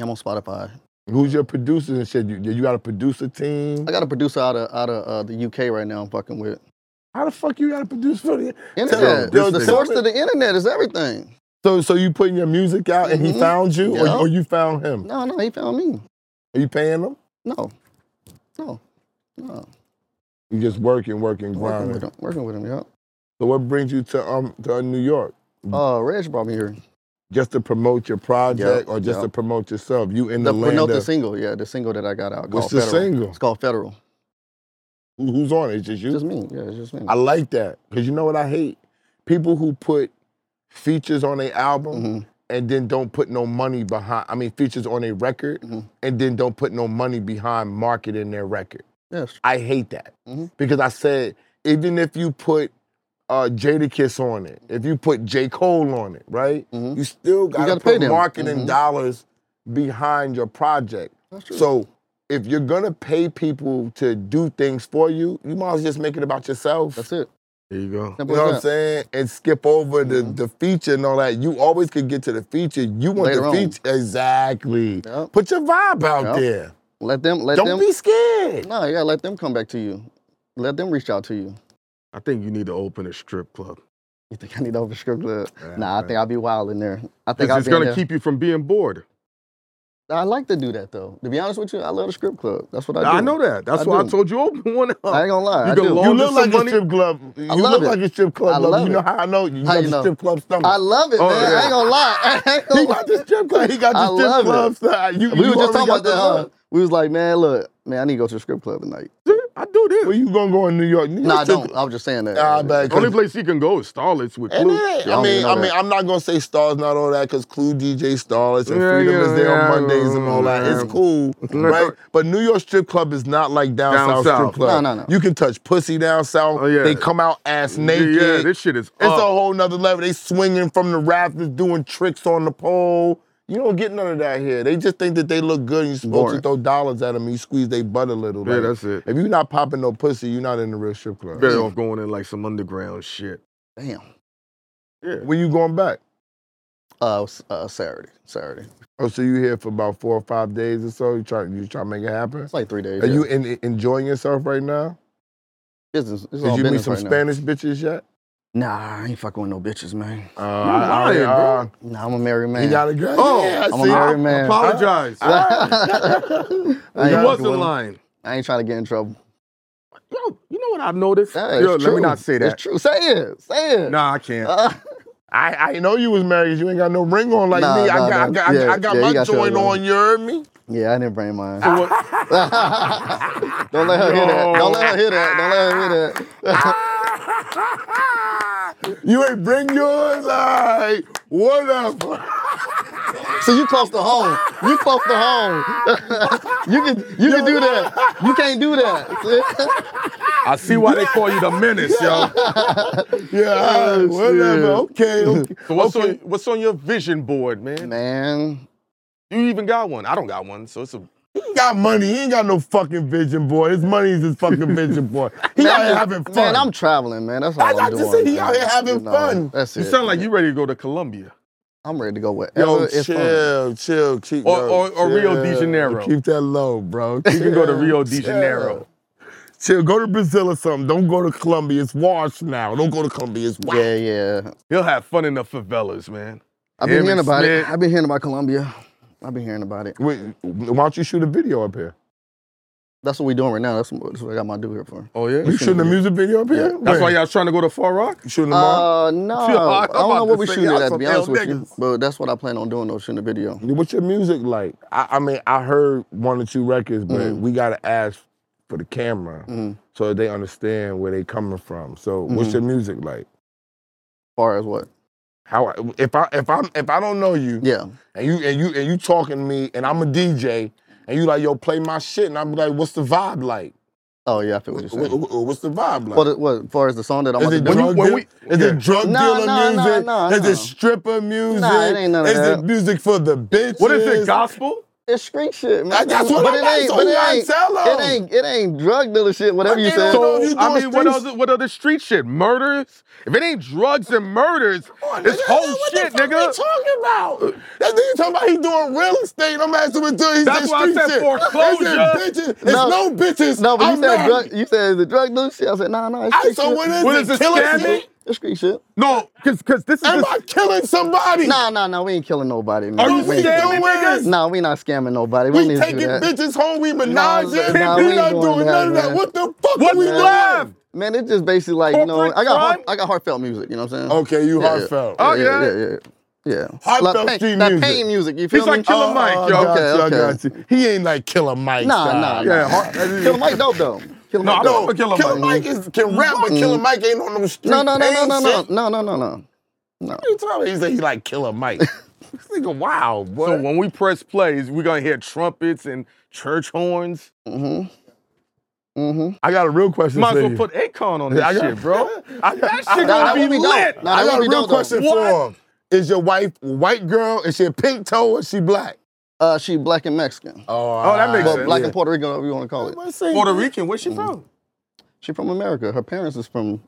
I'm on Spotify.
Who's your producers and shit? You, you got a producer team?
I got a producer out of out of uh, the UK right now. I'm fucking with
How the fuck you got a producer for the
internet.
Yo, this
the
nigga-
source of the internet is everything.
So so you putting your music out and he
Mhm.
found you or,
Yeah.
or you found him?
No, no, he found me.
Are you paying him?
No, no, no.
You just working, working,
Working with
grinding.
him. Working with him. Yeah.
So what brings you to um to New York?
Uh, Reg brought me here.
Just to promote your project
Yeah,
or just
yeah.
to promote yourself? You in the,
The,
land
no, the
of,
single, yeah, the single that I got out.
What's
called
the
Federal.
single?
It's called Federal.
who- who's on it? It's just you.
It's just me. Yeah, it's just me.
I like that because you know what I hate? People who put features on their album
Mm-hmm.
and then don't put no money behind. I mean, features on a record
Mm-hmm.
and then don't put no money behind marketing their record.
yes.
I hate that
Mhm.
because I said even if you put uh, Jada Kiss on it, if you put J Cole on it, right?
Mhm.
You still got to
gotta
put
pay them.
marketing
Mhm.
dollars behind your project.
That's true.
So if you're gonna pay people to do things for you, you might as well just make it about yourself.
That's it.
There you go.
Simple
You know what I'm
as that. Mm-hmm.
saying? And skip over the, the feature and all that. You always could get to the feature. You want
Later
the
on.
feature. Exactly.
Yep.
Put your vibe out
Yep.
there.
Let them. Let
Don't
them.
be scared.
No, yeah, let them come back to you. Let them reach out to you.
I think you need to open a strip club.
You think I need over script club?
Yeah,
nah, I
man.
think I'll be wild in there. I
'Cause
think I'll
it's
be in
gonna
there.
keep you from being bored.
I like to do that though. To be honest with you, I love the script club. That's what I do.
I, know that. That's
I
why I
do.
told you open one up.
I ain't gonna lie.
You
I
can
do.
log-
You
Oh,
look
there's some
like a
money-
strip club. You
love
look
it.
like a strip club.
I
lover.
love
you know
it.
how I know you
How
got
you
the
know?
strip club stomach.
I love it,
Oh,
man. I
yeah.
ain't gonna lie. *laughs* I ain't
he
gonna lie.
got the strip club. He got
I
the strip
love it.
club stomach. You, you
We were just
already
talking
got
about
the
that, huh?
love.
We was like, man, look, man, I need to go to the script club tonight.
I do this.
Where you gonna go in New York? New
No, I
York strip
don't.
club-
I was just saying that.
Nah, man, 'cause-
Only place he can go is Starlets with
And
Clue.
it ain't-
Yeah, I
I
don't
mean,
even
I
know
mean,
that.
I'm not gonna say stars, not all that, because Clue DJ stars and
Yeah,
Freedom is
yeah,
there
yeah,
on Mondays and all that.
yeah. uh,
It's
*laughs*
cool, right? But New York strip club is not like down,
Down
south, strip
south.
club.
No, no, no.
You can touch pussy down south.
Oh, yeah.
They come out ass naked.
Yeah, this shit is
it's a
up.
whole nother level. They swinging from the rafters, doing tricks on the pole. You don't get none of that here. They just think that they look good. and You're supposed
Boring.
to throw dollars at them. You squeeze their butt a little.
Yeah,
like,
that's it.
If you're not popping no pussy, you're not in the real strip club.
Better off going in like some underground shit.
Damn.
Yeah.
When you going back?
Uh, s- uh, Saturday. Saturday.
Oh, so you here for about four or five days or so? You try, you try to make it happen?
It's like three days.
Are
yeah.
you in, enjoying yourself right now?
business? It's all
Did you meet
business
some
right now.
Spanish bitches yet?
Nah, I ain't fucking with no bitches, man.
Uh,
lying, bro.
Nah, I'm a married man.
He got a girl.
Oh,
yeah,
I'm a
see?
married man.
Apologize.
I
you
ain't
wasn't
fucking with 'em.
lying.
I ain't trying to get in trouble.
Yo, you know what I've noticed?
Yeah, it's
Yo, let
true.
me not say
It's
that.
true. Say it. Say it.
Nah, I can't.
*laughs* Uh,
I, I know you was married 'cause you ain't got no ring on like
Nah,
me. I
nah,
got,
nah.
I got,
Yeah,
I got
yeah,
my
you got your
joint
one.
on, you heard
*laughs*
me?
yeah, I didn't bring mine.
So what-
Don't let her hear that. Don't let her hear that. Don't let her hear that. *laughs*
you ain't bring yours? All right. Whatever.
so you close to home. You close to home. *laughs* you can you can do that. You can't do that. *laughs*
I see why they call you the menace, yo.
Yeah, all right, whatever. Okay, okay.
*laughs* So what's
okay.
on what's on your vision board, man?
Man,
You even got one. I don't got one, so it's a
He got money. He ain't got no fucking vision boy. His money is his fucking vision
*laughs*
boy. He
man,
out
I'm
here
just-
having fun.
Man, I'm traveling, man. That's all
I
I'm
just
doing.
said he out here
man.
having
You know,
fun.
That's it.
You sound like you ready to go to Columbia.
I'm ready to go wherever
Yo,
it's fun.
chill, chill, keep
Or-
yo,
or- or Rio de
chill.
Janeiro.
Keep that low, bro.
*laughs*
You can go to Rio de Janeiro.
Chill, go to Brazil or something. Don't go to Colombia. It's washed now. Don't go to Colombia. It's washed.
Yeah, yeah.
He'll have fun in the favelas, man.
I've been
Him
hearing
and
about it.
Smith.
I've been hearing about Colombia. I've been hearing about it.
Wait, why don't you shoot a video up here?
That's what we doing right now. That's, that's what I got my do here for.
Oh yeah.
You shooting a music video up here?
That's why
When?
y'all trying to go to Far Rock.
You shooting
*laughs*
tomorrow?
Uh, no,
I'm
I don't
about
know what
to
we
say,
shooting
y'all
at to
some
be honest
ill
with you,
niggas.
but that's what I plan on doing though, shooting a video.
Uh, What's your music like? I, I mean, I heard one or two records, but we gotta ask for the camera
Mm-hmm.
so they understand where they coming from. So, what's your music like?
far as what?
How if I if I'm if I don't know you
Yeah,
and you and you and you talking to me and I'm a DJ and you like yo play my shit and I'm like what's the vibe like?
Oh yeah, I feel what you're
Wh-
saying.
wh- What's the vibe like?
What, what, as far as the song that I'm
Is
about
it
to do?
When you-
drug,
when
deal-
we-
is
yeah.
it drug
Nah,
dealer
nah, nah,
music?
nah,
is
nah.
it stripper music?
it ain't none of
is it
that.
music for the bitches?
What is it? Gospel?
It's street shit, man.
That- that's what
but
I'm
it ain't,
about
but
to
it
say,
ain't,
tell 'em.
it ain't, it ain't drug dealer shit. Whatever
But
you
they don't know
said.
So
Oh, you
I
doing
mean, what
streets-
other what other street shit? Murders? If it ain't drugs and murders,
Come on,
it's
nigga.
whole
what
shit,
the fuck
nigga.
They talking about that nigga talking about he doing real estate. I'm asking him doing. He's
That's
in
why I
street
said
shit.
foreclosure.
Is it bitches? It's no,
No.
bitches.
No, but
I'm
you said
married.
drug. You said the drug dealer shit. I said no, nah, no. Nah, it's
Oh, I
street
so
shit.
what is
What
it?
is this,
killing
scamming?
people?
It's street shit.
No, cause cause this is
Am
the-
I killing somebody?
Nah, nah, nah. We ain't killing nobody. Man.
Are you
we ain't
scamming
killing-
niggas?
Nah, we not scamming nobody.
We
We, don't need to
taking
do that.
bitches home. We menaging.
nah,
we,
we
not
doing
doing
that,
none of that.
man.
What the fuck
What
are we
the
doing?
laugh?
Man, it's just basically like you know.
Corporate
I got heart,
crime?
I got heartfelt music. You know what I'm saying?
Okay, you
Yeah, yeah.
heartfelt.
Oh,
yeah,
yeah.
yeah, yeah. yeah.
Heartfelt
like, pain,
street
that
music.
pain music. You feel
He's
me? Oh,
like Killer Mike, yo.
I got
Okay,
you, I
okay.
got you. He ain't like Killer Mike.
Nah,
style.
nah, nah.
Yeah, heart-
Killer Mike dope though. Killer
No,
Mike
I'm
dope.
not
No,
for Killer Mike.
is can rap, but Killer Mike ain't on them street.
Mm-hmm. No, no, no, no,
pain
no,
shit.
no, no, no, no, no.
You talking? He said he like Killer Mike.
*laughs*
this nigga, wow, boy.
So when we press plays, we're gonna hear trumpets and church horns.
Mm-hmm.
I got a real question
Might
for
as well
you.
put Akon on this
I got-
shit,
*laughs*
bro.
I got-
that
I-
shit
that
gonna
would
be
be dope.
lit.
Nah,
I
that
got
would
a
be
real
dope, though.
question for
What?
him. Is your wife white girl? Is she a pink toe? Is she black?
Uh, she black and Mexican,
Oh,
that makes
but
sense.
black
yeah.
and Puerto Rican, whatever you want to call it.
Puerto Rican, where she from?
She from America. Her parents is from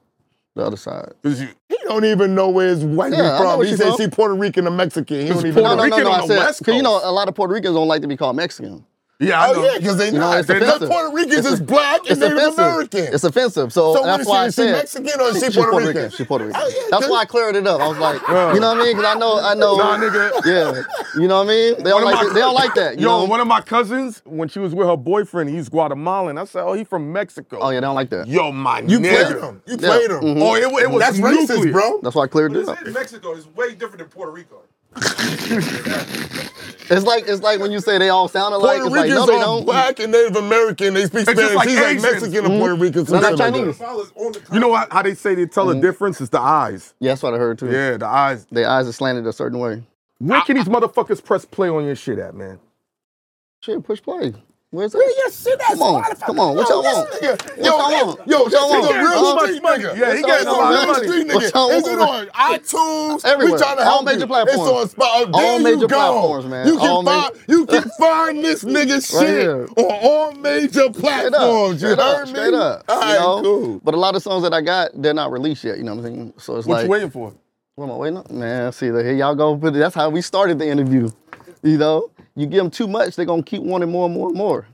the other side.
He don't even know where his wife
Yeah, I
is
know
from.
where
He
she
said
from.
she Puerto Rican or Mexican. He don't even
Puerto
know.
Rican on the West
Cause you know,
Coast.
a lot of Puerto Ricans don't like to be called Mexican.
Yeah, I
Oh
know.
yeah, because they
know,
not.
it's
They're not
offensive.
Puerto Ricans is black and
It's
Native
offensive.
American.
It's offensive. So,
So what
that's
is
why
she?
I
Is she
said
Mexican or is she
she's
Puerto
Puerto
Rican?
Rican? She Puerto Rican.
Oh, yeah,
that's
good.
why I cleared it up. I was like, you know what I mean? Because I know, I know.
Nah, nigga.
Yeah, you know what I mean? They
One
don't
of
like.
my-
it- they don't like that. You
Yo,
know?
one of my cousins, when she was with her boyfriend, he's Guatemalan. I said, oh, he from Mexico.
oh yeah, they don't like that.
Yo, my
You
nigga.
played him. You
Yeah.
played him.
Mhm.
Oh, it, wa- it was
That's
nuclear.
racist, bro.
That's why I cleared it up.
This in Mexico is way different than Puerto Rico.
*laughs* It's like it's like when you say they all sound alike.
Puerto
it's like no,
Ricans
they
are
don't.
black and Native American. They speak
It's just
Spanish.
like
He's like
Asians.
Mexican and Puerto Rican.
No,
something
they're
like that.
Mm-hmm. Chinese.
Follows on the continent.
You know what, how they say they tell the difference? It's the eyes.
Mm-hmm. Yeah, that's what I heard too.
Yeah, the eyes.
Their eyes are slanted a certain way.
Where can these motherfuckers press play on your shit at, man?
Shit, push play. Where's that?
Where your shit at?
Come on,
Spotify?
come on, what
Yo,
y'all
this
want?
nigga-
What
Yo,
y'all
this-
want?
yo,
What y'all
this
want?
nigga
Huh?
real
How much
street
money?
nigga.
Yeah, he
This
getting
nigga's
a lot
real
of money.
street
What y'all
nigga. Is it on
want?
iTunes? We
Everywhere.
trying to
All
help
major
you.
platforms.
It's on Spotify.
All
There you
major
go.
platforms, man.
You can
All ma-
find you can find
*laughs*
this nigga
Right
shit
here.
on all major
Straight up,
platforms. You
straight up,
heard me?
Straight up.
All
you
right,
know?
cool.
But a lot of songs that I got, they're not released yet. You know what I'm saying? So it's
What
like,
you waiting for?
what am I waiting on? Man, see, look, here y'all go. But that's how we started the interview. You know, you give them too much, they're gonna keep wanting more and more and more.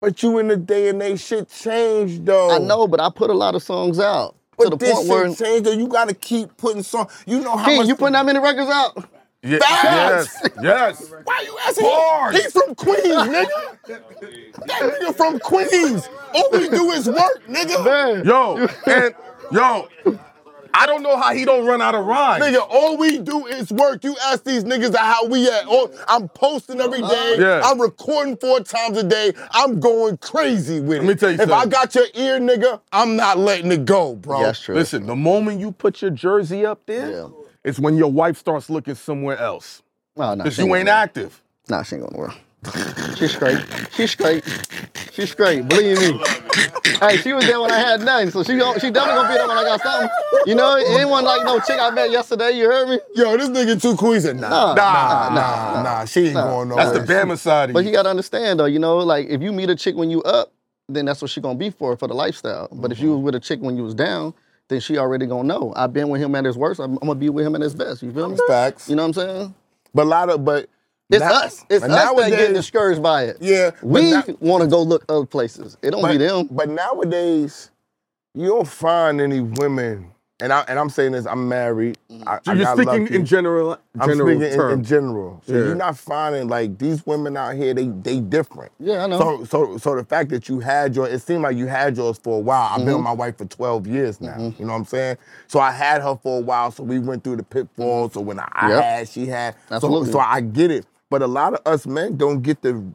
But you in the day and they shit changed though.
I know, but I put a lot of songs out
Oh. But
to the
this
point where,
shit changed though. You gotta keep putting songs. You know how
King,
much
you putting that many records out?
Yeah,
Facts!
Yes, yes.
*laughs*
Why you asking?
Bars.
He from Queens, nigga. That nigga from Queens. All we do is work, nigga.
Man,
Yo, and yo, I don't know how he don't run out of rhymes.
Nigga, all we do is work. You ask these niggas how we at. All, I'm posting every day.
Yeah.
I'm recording four times a day. I'm going crazy with it.
Let me tell you
if I
something.
got your ear, nigga, I'm not letting it go, bro.
Yeah, that's true.
Listen, the moment you put your jersey up there,
Yeah.
it's when your wife starts looking somewhere else.
Oh, Nah, nah,
Because
she ain't
you
gonna
ain't
work.
active.
Nah, she ain't gonna work. She's straight. She's straight. She's straight. Believe me. Hey, she was there when I had nothing, so she gon- she definitely gonna be there when I got something. You know, it ain't one like no chick I met yesterday. You heard me?
Yo, this nigga too queasy. Nah, nah,
Nah,
nah, nah,
nah, nah,
She ain't
nah.
going nowhere.
That's the
*laughs*
Bama side of
But
you.
you gotta understand though, you know, like if you meet a chick when you up, then that's what she gonna be for for the lifestyle. But if you was with a chick when you was down, then she already gonna know. I've been with him at his worst. I'm, I'm gonna be with him at his best. You feel me?
Facts.
You know what I'm saying?
But a lot of but
It's
now-
us. It's
but
us that getting discouraged by it.
Yeah, but
we
now-
want to go look other places. It don't
but,
be them.
But nowadays, you don't find any women. And I and I'm saying this. I'm married. I,
So
I
you're
got
speaking
lucky.
in general
I'm
general
speaking in, in
terms.
general. So
Yeah.
you're not finding like these women out here. They they different.
Yeah, I know.
So so so the fact that you had your it seemed like you had yours for a while. I've
Mm-hmm.
been with my wife for 12 years now. You know what I'm saying? So I had her for a while. So we went through the pitfalls. So when I
Yep.
had, she had. So-
Absolutely.
so I get it. But a lot of us men don't get to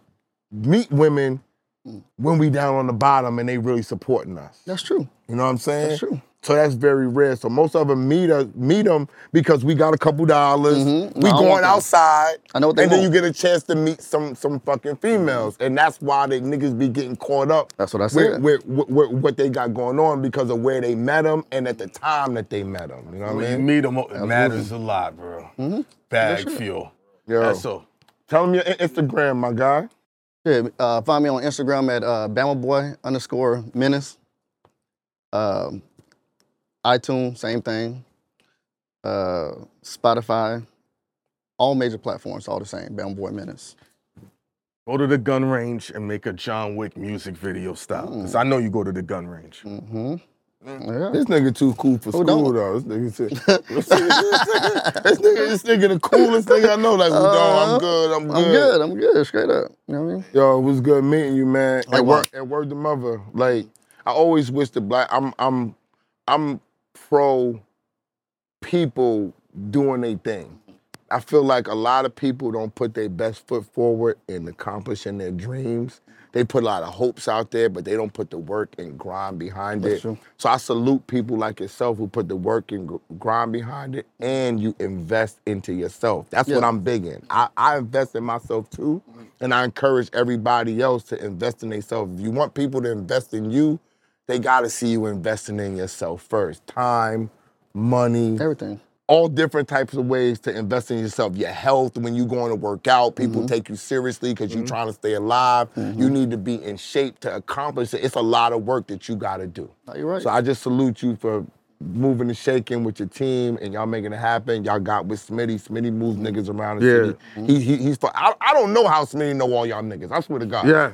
meet women
Mm.
when we down on the bottom and they really supporting us.
That's true.
You know what I'm saying?
That's true.
So that's very rare. So most of them meet us, meet them because we got a couple dollars.
Mhm. No,
We
I want
going
that.
outside.
I know what they
And then
want.
you get a chance to meet some some fucking females, and that's why they niggas be getting caught up.
That's what I
with,
said.
with, with, with what they got going on because of where they met them and at the time that they met them. You know what I
When you
mean?
meet them, it matters a lot, bro.
Mm-hmm.
Bag fuel.
Yo.
That's all.
Tell them your I- Instagram, my guy.
Yeah, uh, find me on Instagram at uh, BamaBoy underscore Menace. Um, iTunes, same thing. Uh, Spotify, all major platforms, all the same. Bama Boy Menace.
Go to the gun range and make a John Wick music video style. Because
Mm.
I know you go to the gun range.
Yeah.
This nigga too cool for
Oh,
school
don't.
though. This *laughs* nigga, this, nigga, this nigga, this nigga the coolest nigga I know. Like, no, I'm good, I'm good.
I'm good. I'm good. Straight up. You know what I mean?
Yo, it was good meeting you, man. At
Likewise.
work, at work, the mother. Like, I always wish the black. I'm, I'm, I'm pro people doing their thing. I feel like a lot of people don't put their best foot forward in accomplishing their dreams. They put a lot of hopes out there, but they don't put the work and grind behind
That's
it.
true.
So I salute people like yourself who put the work and gr- grind behind it, and you invest into yourself. That's what
Yeah.
I'm big in. I, I invest in myself too, and I encourage everybody else to invest in themselves. If you want people to invest in you, they got to see you investing in yourself first. Time, money,
Everything.
all different types of ways to invest in yourself. Your health, when you going to work out, people take you seriously because you're trying to stay alive. You need to be in shape to accomplish it. It's a lot of work that you got to do.
No, you're right.
So I just salute you for moving and shaking with your team and y'all making it happen. Y'all got with Smitty. Smitty moves niggas around the
Yeah.
city. He, he, he's for, I, I don't know how Smitty know all y'all niggas. I swear to God.
Yeah.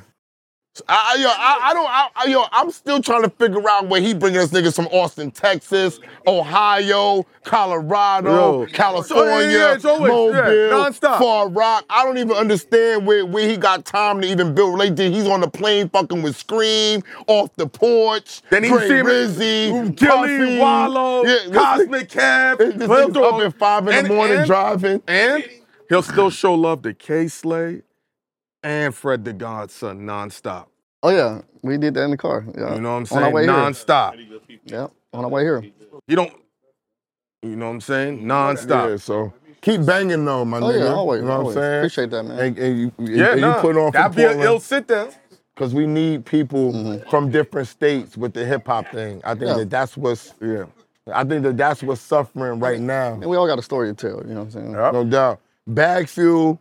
I, I- yo, I, I don't, I, I- yo, I'm still trying to figure out where he bringing us niggas from Austin, Texas, Ohio, Colorado,
Yo.
California,
Yeah, yeah, yeah, it's always-
Mobile,
yeah, nonstop.
Far Rock. I don't even understand where, where he got time to even build relationships. He's on the plane fucking with Scream, off the porch,
Then he
Dre
see him-
Rizzy, Puffy.
Gilly, Wallow,
Yeah, this nigga-
Cosmic Cab.
this
Lil
nigga's
Dog.
up at five in
And-
the morning
and-
driving.
And he'll still show love to K Slay and Fred the Godson nonstop.
Oh yeah, we did that in the car. Yeah.
You know what I'm
On
saying?
our way
Nonstop.
here. Yeah. On our way here.
You don't, you know what I'm saying?
Yeah,
Nonstop.
so keep banging though, my
Oh
nigga.
yeah, always.
you know
always.
what I'm saying?
Appreciate that, man.
And, and you, and
Yeah,
you
nah.
put on for
That'd be an
Portland.
ill sit down.
because we need people from different states with the hip hop thing. I think
Mm-hmm. Yeah.
that that's what's
Yeah.
I think that that's what's suffering right now.
And we all got a story to tell. You know what I'm saying?
Yep.
No doubt. Bag fuel,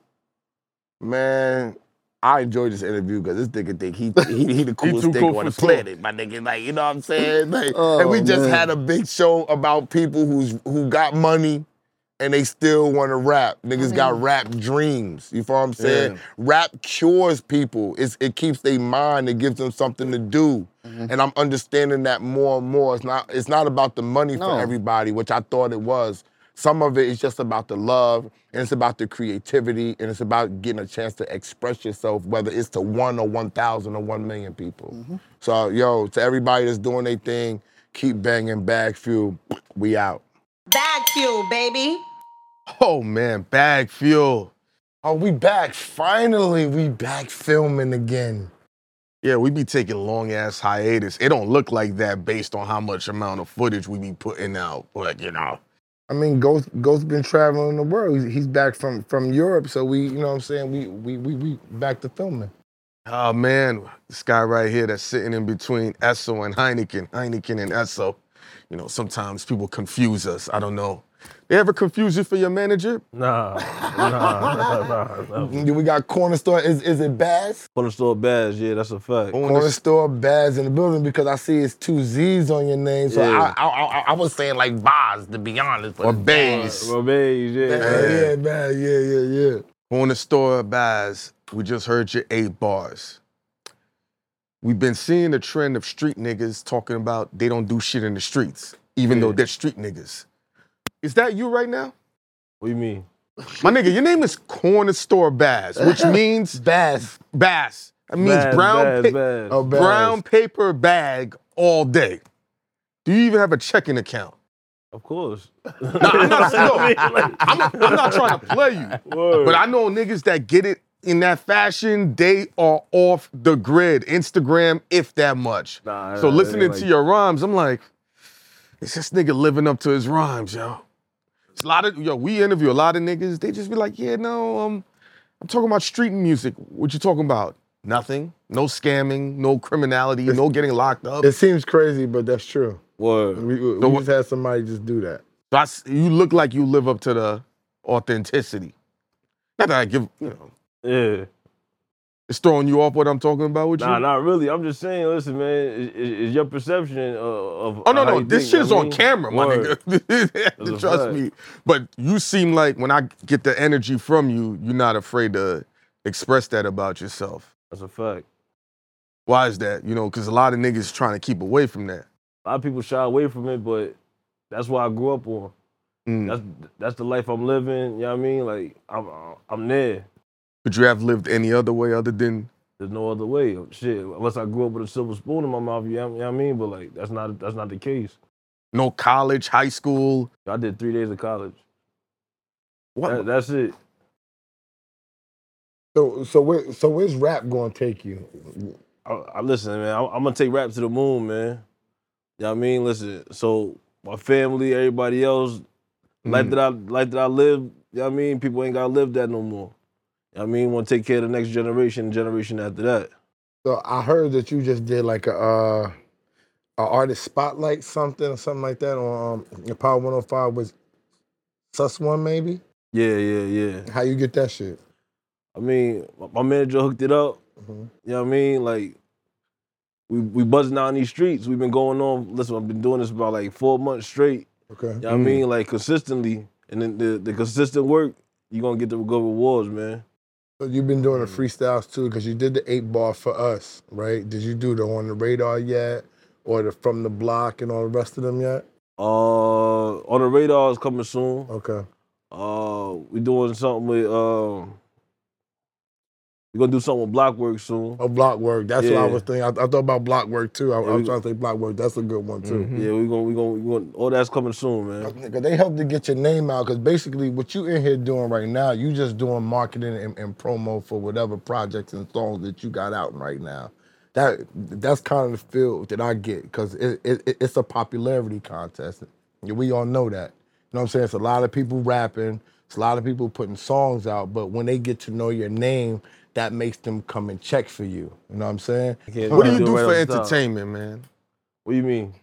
man. I enjoyed this interview because this nigga think he he, he the coolest
too
nigga
cool
on
for
the
school.
planet. My nigga, like you know what I'm saying. Like,
*laughs* Oh,
and we just
man.
had a big show about people who's who got money and they still want to rap. Niggas got rap dreams. You feel what I'm saying?
Yeah.
Rap cures people. It's, it keeps their mind. It gives them something to do. And I'm understanding that more and more. It's not it's not about the money
No.
for everybody, which I thought it was. Some of it is just about the love, and it's about the creativity, and it's about getting a chance to express yourself, whether it's to one or one thousand or one million people. So, yo, to everybody that's doing their thing, keep banging bag fuel. *clears throat* We out.
Bag fuel, baby.
Oh, man. Bag fuel.
Oh, we back. Finally, we back filming again.
Yeah, we be taking long ass hiatus. It don't look like that based on how much amount of footage we be putting out. Like, you know.
I mean, Ghost Ghost's been traveling the world. He's, he's back from from Europe, so we, you know what I'm saying, we we we, we back to filming.
Oh man, this guy right here that's sitting in between Esso and Heineken, Heineken and Esso. You know, sometimes people confuse us. I don't know. They ever confuse you for your manager?
Nah, nah, nah, nah. nah.
We got corner store. Is is it Baz?
Corner store badge, yeah, that's a fact.
Own
Corner
this-
store Baz in the building because I see it's two Z's on your name. So
Yeah.
I, I, I I was saying like Baz to be honest, but or Baze.
Well, beige, yeah.
Yeah, yeah, Baz. Yeah, yeah, yeah.
Corner store buys. We just heard your eight bars. We've been seeing a trend of street niggas talking about they don't do shit in the streets, even though they're street niggas. Is that you right now?
What you mean?
My nigga, your name is Corner Store Bass, *laughs* which means
Baz.
bass. That means
Badge,
brown,
badge,
pa-
badge.
Oh, Baz.
brown paper bag all day. Do you even have a checking *laughs* account?
Of course.
Nah, I'm not, *laughs* no, I'm, not- I'm not trying to play you.
Word.
But I know niggas that get it in that fashion, they are off the grid. Instagram, if that much.
Nah,
so
nah, it
listening
ain't like-
to your rhymes, I'm like, is this nigga living up to his rhymes, yo? It's a lot of yo, we interview a lot of niggas, they just be like, yeah, no, um, I'm talking about street music. What you talking about? Nothing. No scamming, no criminality, no getting locked up.
It seems crazy, but that's true.
*laughs* Word.
We, we,
So
we
what-
just had somebody just do that.
So I s- you look like you live up to the authenticity. Not that I give, you know,
Yeah.
it's throwing you off what I'm talking about with
Nah,
you.
not really. I'm just saying. Listen, man, is, is your perception of, of
Oh no,
how
no,
you
this
think,
shit is
I
on
mean,
camera, my
word.
nigga. *laughs*
a
Trust
fact.
me. But you seem like when I get the energy from you, you're not afraid to express that about yourself.
That's a fact.
Why is that? You know, because a lot of niggas trying to keep away from that.
A lot of people shy away from it, but that's what I grew up on.
Mm.
That's that's the life I'm living. You know what I mean? Like I'm I'm there.
Could you have lived any other way other than
There's no other way. Shit, unless I grew up with a silver spoon in my mouth. You know, you know what I mean? But like that's not that's not the case.
no college, high school?
I did three days of college.
What?
That- that's it.
So so where so where's rap gonna take you?
I, I listen, man. I, I'm gonna take rap to the moon, man. You know what I mean? Listen, so my family, everybody else, life that I life that I live, you know what I mean? People ain't gotta live that no more. You know what I mean? Wanna take care of the next generation, generation after that.
So I heard that you just did like a uh a artist spotlight something or something like that on um, Power 105 was Sus One maybe?
Yeah, yeah, yeah.
How you get that shit?
I mean, my- my manager hooked it up.
Mhm.
You know what I mean? Like, we we buzzing out in these streets. We've been going on. Listen, I've been doing this about like four months straight.
Okay.
You know what I
Mm.
mean? Like consistently, and then the the consistent work, you are gonna get the good rewards, man.
So you've been doing the
Mm.
freestyles too, because you did the eight ball for us, right? Did you do the on the radar yet? Or the from the block and all the rest of them yet?
Uh, on the radar is coming soon.
Okay.
Uh, we doing something with um, we gonna do something with block work soon.
Oh, block work. That's what I
Yeah.
was thinking. I, I thought about block work too. I, I
we- Mm-hmm.
was trying to say block work. That's a good one too.
mm-hmm.
Yeah, we gonna we gonna we gonna all that's coming soon, man.
Because they help to get your name out. Because basically, what you in here doing right now, you just doing marketing and, and promo for whatever projects and songs that you got out right now. That that's kind of the feel that I get because it, it, it- it's a popularity contest. We all know that. You know what I'm saying? It's a lot of people rapping. It's a lot of people putting songs out. But when they get to know your name, that makes them come and check for you. You know what I'm saying?
Can't
What do you
it
do
right
for
off the top.
entertainment, man?
What do you mean?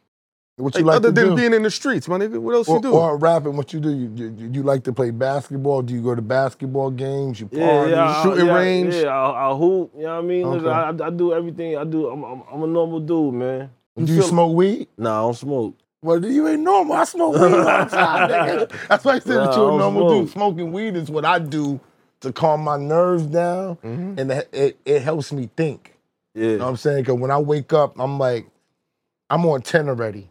What you
Like,
like
other
to
than
do?
being in the streets, my nigga. What else
or,
you do?
or rapping, what you do? You, you you like to play basketball? Do you go to basketball games? You party?
I-
shooting
uh, yeah,
range.
Yeah, I, I hoop. You know what I mean? Listen,
Okay.
I, I do everything. I do. I'm, I'm, I'm a normal dude, man.
do you
feel-
smoke weed?
Nah, I don't smoke.
Well, you ain't normal. I smoke weed all the
*laughs*
time. nigga. That's why I said that
Nah,
you're
I
a
don't
normal
smoke.
dude. Smoking weed is what I do to calm my nerves down,
Mm-hmm.
and it, it, it helps me think.
Yeah.
You know what I'm saying? Because when I wake up, I'm like, I'm on ten already.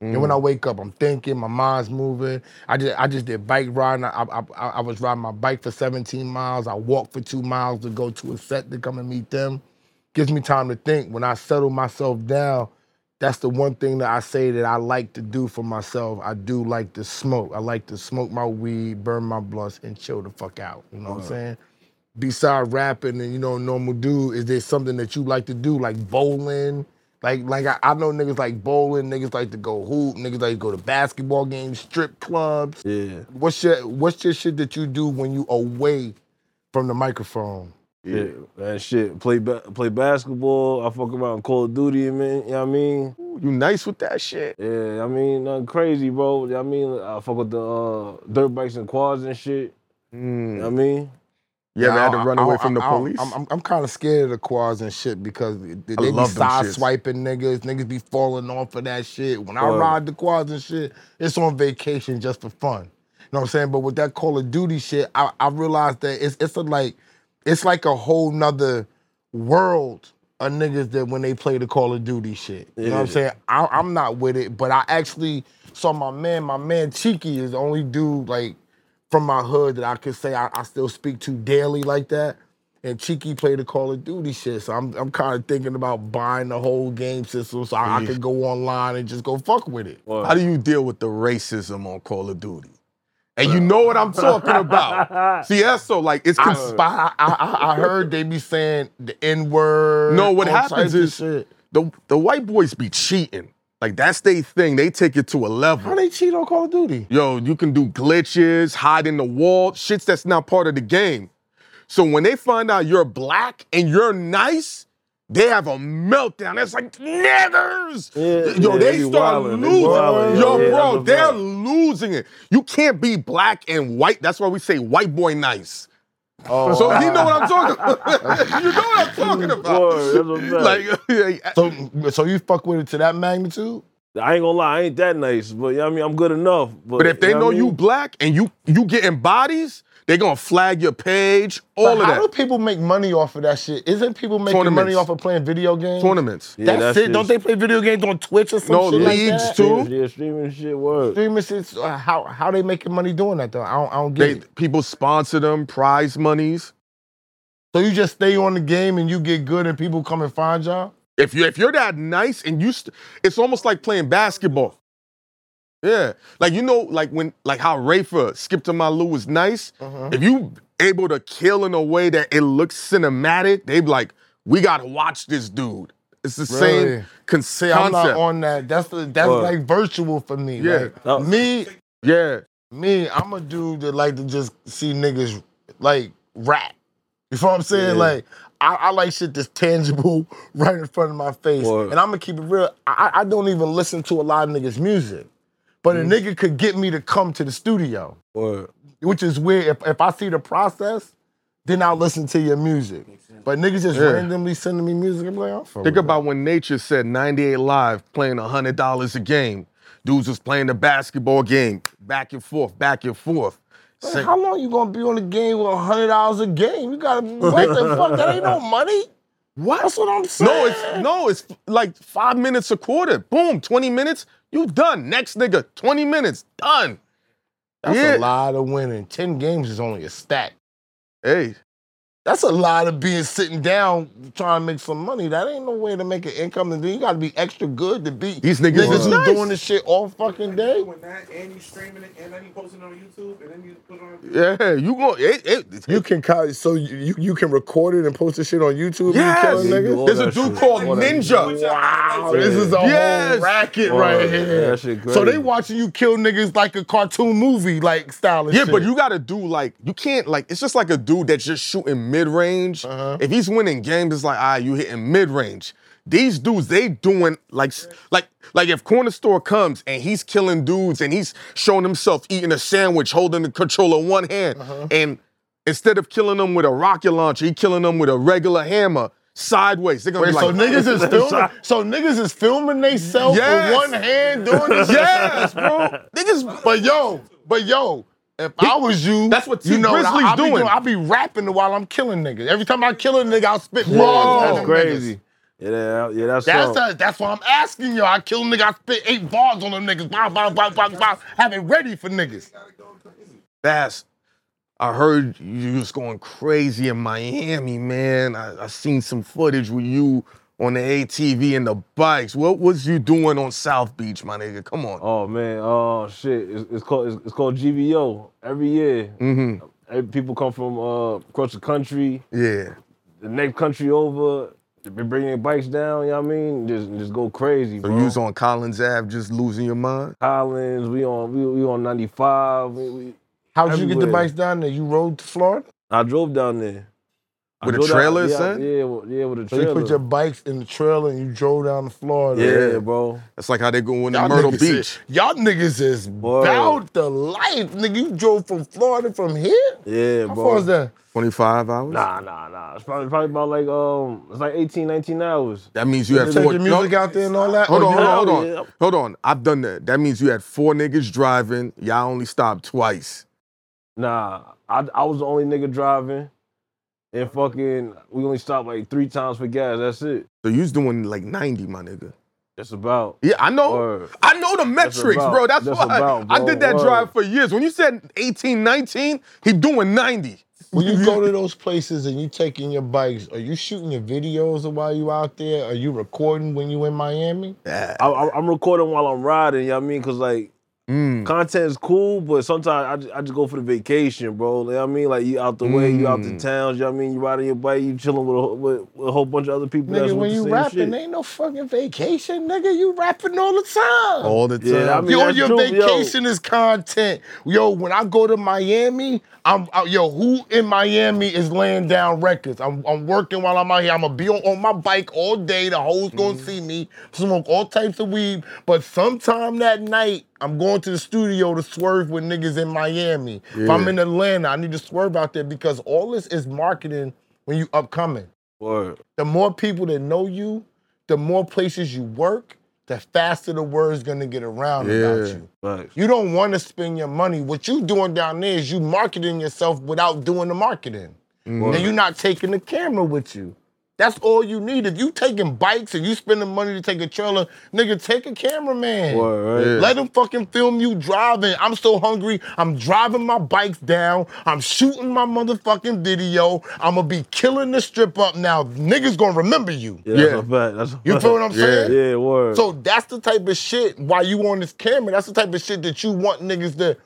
And when I wake up, I'm thinking, my mind's moving. I just I just did bike riding. I, I I I was riding my bike for 17 miles. I walked for two miles to go to a set to come and meet them. Gives me time to think. When I settle myself down, that's the one thing that I say that I like to do for myself. I do like to smoke. I like to smoke my weed, burn my blunts, and chill the fuck out. You know what I'm saying? Besides rapping and you know normal dude, is there something that you like to do like bowling? Like like I, I know niggas like bowling, niggas like to go hoop, niggas like to go to basketball games, strip clubs.
yeah.
What's your what's your shit that you do when you away from the microphone?
Yeah.
man, shit. Play ba- play basketball. I fuck around Call of Duty, man. You know what I mean?
Ooh, you nice with that shit.
Yeah, I mean nothing crazy, bro. You know what I mean? I fuck with the uh, dirt bikes and quads and shit.
Mm.
You know what I mean?
You ever
Yeah,
had to
I-
run
I-
away
I-
from the
I- I-
police?
I'm, kind of scared of the quads and shit because they, they be
love them shits.
sideswiping niggas. Niggas be falling off of that shit. When I
Word.
ride the quads and shit, it's on vacation just for fun. You know what I'm saying? But with that Call of Duty shit, I, I realized that it's it's a like it's like a whole nother world of niggas that when they play the Call of Duty shit. You know what I'm
Yeah.
saying? I, I'm not with it, but I actually saw my man, my man Cheeky is the only dude like from my hood that I could say I, I still speak to daily like that. And Cheeky played the Call of Duty shit, so I'm I'm kind of thinking about buying the whole game system so I, I could go online and just go fuck with it.
Or-
How do you deal with the racism on Call of Duty? And you know what I'm talking about. See, that's so like it's
I
cons-
spy. I, I, I heard they be saying the N word.
No, what happens is-
shit.
the the white boys be cheating. Like that's their thing. They take it to a
how
level.
they cheat on Call of Duty?
Yo, you can do glitches, hide in the wall, shits that's not part of the game. So when they find out you're black and you're nice, they have a meltdown. It's like niggers.
Yeah,
yo,
yeah,
they,
they be
start
wildin', they
losing.
wildin',
yo,
yeah,
bro,
that's a
they're
fact.
losing it. You can't be black and white. That's why we say white boy nice.
Oh,
So you know what I'm
*laughs*
talking about. *laughs* you know what I'm talking about.
Word, that's a fact.
Like, *laughs*
so so you fuck with it to that magnitude?
I ain't gonna lie, I ain't that nice, but you know what I mean, I'm good enough. But,
But if they
you
know
what I
you
mean?
black and you you getting bodies, they gonna flag your page, all
But
of
how
that.
do people make money off of that shit? Isn't people making
Tournaments.
money off of playing video games?
Tournaments.
Yeah,
that's,
that's
it.
it.
Don't they play video games on Twitch or some
No,
shit like
leagues
that?
too.
Stream- yeah, streaming shit, word.
Streamers, it's, uh, how how they making money doing that though? I don't, I don't get
They
it.
people sponsor them, prize monies.
So you just stay on the game and you get good and people come and find y'all.
If you if you're that nice and you, st- it's almost like playing basketball. Yeah, like you know, like when like how Rafa Skip to my Lou was nice.
Uh-huh.
If you able to kill in a way that it looks cinematic, they be like, we gotta watch this dude. It's the
Really?
same con-
See,
concept.
I'm not on that. That's the, that's
Word.
like virtual for me.
Yeah.
Like,
No.
me,
yeah,
me, I'm a dude that like to just see niggas like rap. You feel what I'm saying?
Yeah.
Like I, I like shit that's tangible *laughs* right in front of my face.
Word.
And I'm gonna keep it real. I, I I don't even listen to a lot of niggas' music. But a nigga could get me to come to the studio,
Mm. Word.
which is weird. If, if I see the process, then I'll listen to your music. But niggas just
Yeah.
randomly sending me music. I'm like, I'm fuck
Think
with that.
about when Nature said 98 Live playing $100 a game. Dudes was playing the basketball game back and forth, back and forth. Say-
Man, How long you gonna be on the game with hundred dollars a game? You gotta what
*laughs*
the fuck? That ain't no money. What? That's what I'm saying.
no, it's no, it's like five minutes a quarter. Boom, 20 minutes, you done. Next nigga, 20 minutes, done.
That's
Yeah.
a lot of winning. Ten games is only a stack.
Hey,
That's a lot of being sitting down trying to make some money. That ain't no way to make an income. And then you got to be extra good to beat
These niggas is
who's
nice.
doing this shit all fucking day.
Doing that, and you streaming it, and then you posting it on YouTube, and then you put it on.
yeah, you going, it, it,
You can copy, so you, you you can record it and post the shit on YouTube.
yes.
and you killing niggas.
all
There's a
that
dude
shit.
called
All that
Ninja.
shit.
Wow, Oh, this is a
Yes.
whole racket
Word.
right here.
That shit
So they
crazy.
watching you kill niggas like a cartoon movie, like style. and
Yeah,
shit.
but you gotta do like you can't like it's just like a dude that's just shooting mid range.
Uh-huh.
If he's winning games, it's like ah, you hitting mid range. These dudes, they doing like s- like like if corner store comes and he's killing dudes and he's showing himself eating a sandwich, holding the controller in one hand,
Uh-huh.
and instead of killing them with a rocket launcher, he killing them with a regular hammer sideways. They're gonna
Wait,
be
so
like,
niggas *laughs* is filming. So niggas is filming they self
Yes.
with one hand doing this. shit?
yes, bro, niggas.
*laughs* But yo, but yo, if I was you,
That's what
you
T.
know. what
Grizzly's
I, I
doing.
Be I be rapping while I'm killing niggas. Every time I kill a nigga, I spit
Yeah,
bars. at
that's
them niggas.
crazy. Yeah, that- yeah, that's
That's
something.
a, that's why I'm asking you. I kill a nigga, I spit eight bars on them niggas. Bow, bow, bow, bow, bow. Have it ready for niggas.
Bass, I heard you was going crazy in Miami, man. I, I seen some footage with you on the ATV and the bikes. What was you doing on South Beach, my nigga? Come on.
Oh man, oh shit. It's, it's called it's, it's called GVO. Every year,
Mm-hmm.
every- people come from uh, across the country,
Yeah.
the next country over. They bring their bikes down. You know what I mean? Just just go crazy,
So
bro.
you was on Collins Ave just losing your mind?
Collins. We on we, we on 95. We, we,
How'd you get the
Everywhere.
bikes down there? You rode to Florida?
I drove down there. I
With a
drove down-
trailer,
yeah,
son?
Yeah, with- yeah, with a
So you
trailer.
put your bikes in the trailer and you drove down to Florida.
yeah, bro.
That's like how they go in
Y'all
to Myrtle
niggas
Beach.
Is, y'all niggas is
Word.
about the life, nigga. You drove from Florida from here?
Yeah,
How
bro.
far is that?
25 hours?
Nah, nah, nah. It's probably probably about like um, it's like 18, 19 hours.
That means you had
Take
four.
your music out Oh, there and all that.
Hold
Or
on,
you-
hold on, hold
Yeah.
on. Hold on. I've done that. That means you had four niggas driving. Y'all only stopped twice.
Nah, I I was the only nigga driving, and fucking we only stopped like three times for gas. That's it.
So you was doing like 90, my nigga.
That's about.
Yeah, I know.
Word.
I know the metrics,
about-
bro. That's,
that's
why
about,
I
bro.
did that
Word.
drive for years. When you said 18, 19, he doing 90.
When you
*laughs*
go to those places and you taking your bikes, are you shooting your videos while you out there? Are you recording when you in Miami?
I, I, I'm recording while I'm riding. You know what I mean? Cause like
Mm.
content is cool, but sometimes I just, I just go for the vacation, bro. You know what I mean? Like you out the way, you out
Mm.
the towns. You know what I mean? You riding your bike, you chilling with a, whole- with, with a whole bunch of other people. that's
Nigga,
with
when
the
you
same
rapping,
shit.
ain't no fucking vacation, nigga. You rapping all the time.
All the time.
Yeah, I mean-
yo,
that's
your
true, yo.
vacation is content. Yo, when I go to Miami, I'm out. Yo, who in Miami is laying down records? I'm, I'm working while I'm out here. I'm gonna be on, on my bike all day. The hoes gonna
Mm-hmm.
see me smoke all types of weed. But sometime that night, I'm going to the studio to swerve with niggas in Miami. If I'm
Yeah.
in Atlanta, I need to swerve out there because all this is marketing when you upcoming.
Word.
The more people that know you, the more places you work, the faster the word's gonna get around about
Yeah.
you.
Facts.
You don't want to spend your money. What you doing down there is you marketing yourself without doing the marketing.
Mm-hmm.
And you're not taking the camera with you. That's all you need. If you taking bikes and you spending money to take a trailer, nigga, take a cameraman.
Word. Right?
Yeah.
Let them fucking film you driving. I'm so hungry. I'm driving my bikes down. I'm shooting my motherfucking video. I'm gonna be killing the strip up now. Niggas gonna remember you.
Yeah. That's
Yeah.
a fact. That's a
You
fact.
feel what I'm saying?
Yeah. Word.
So that's the type of shit why you on this camera. That's the type of shit that you want niggas to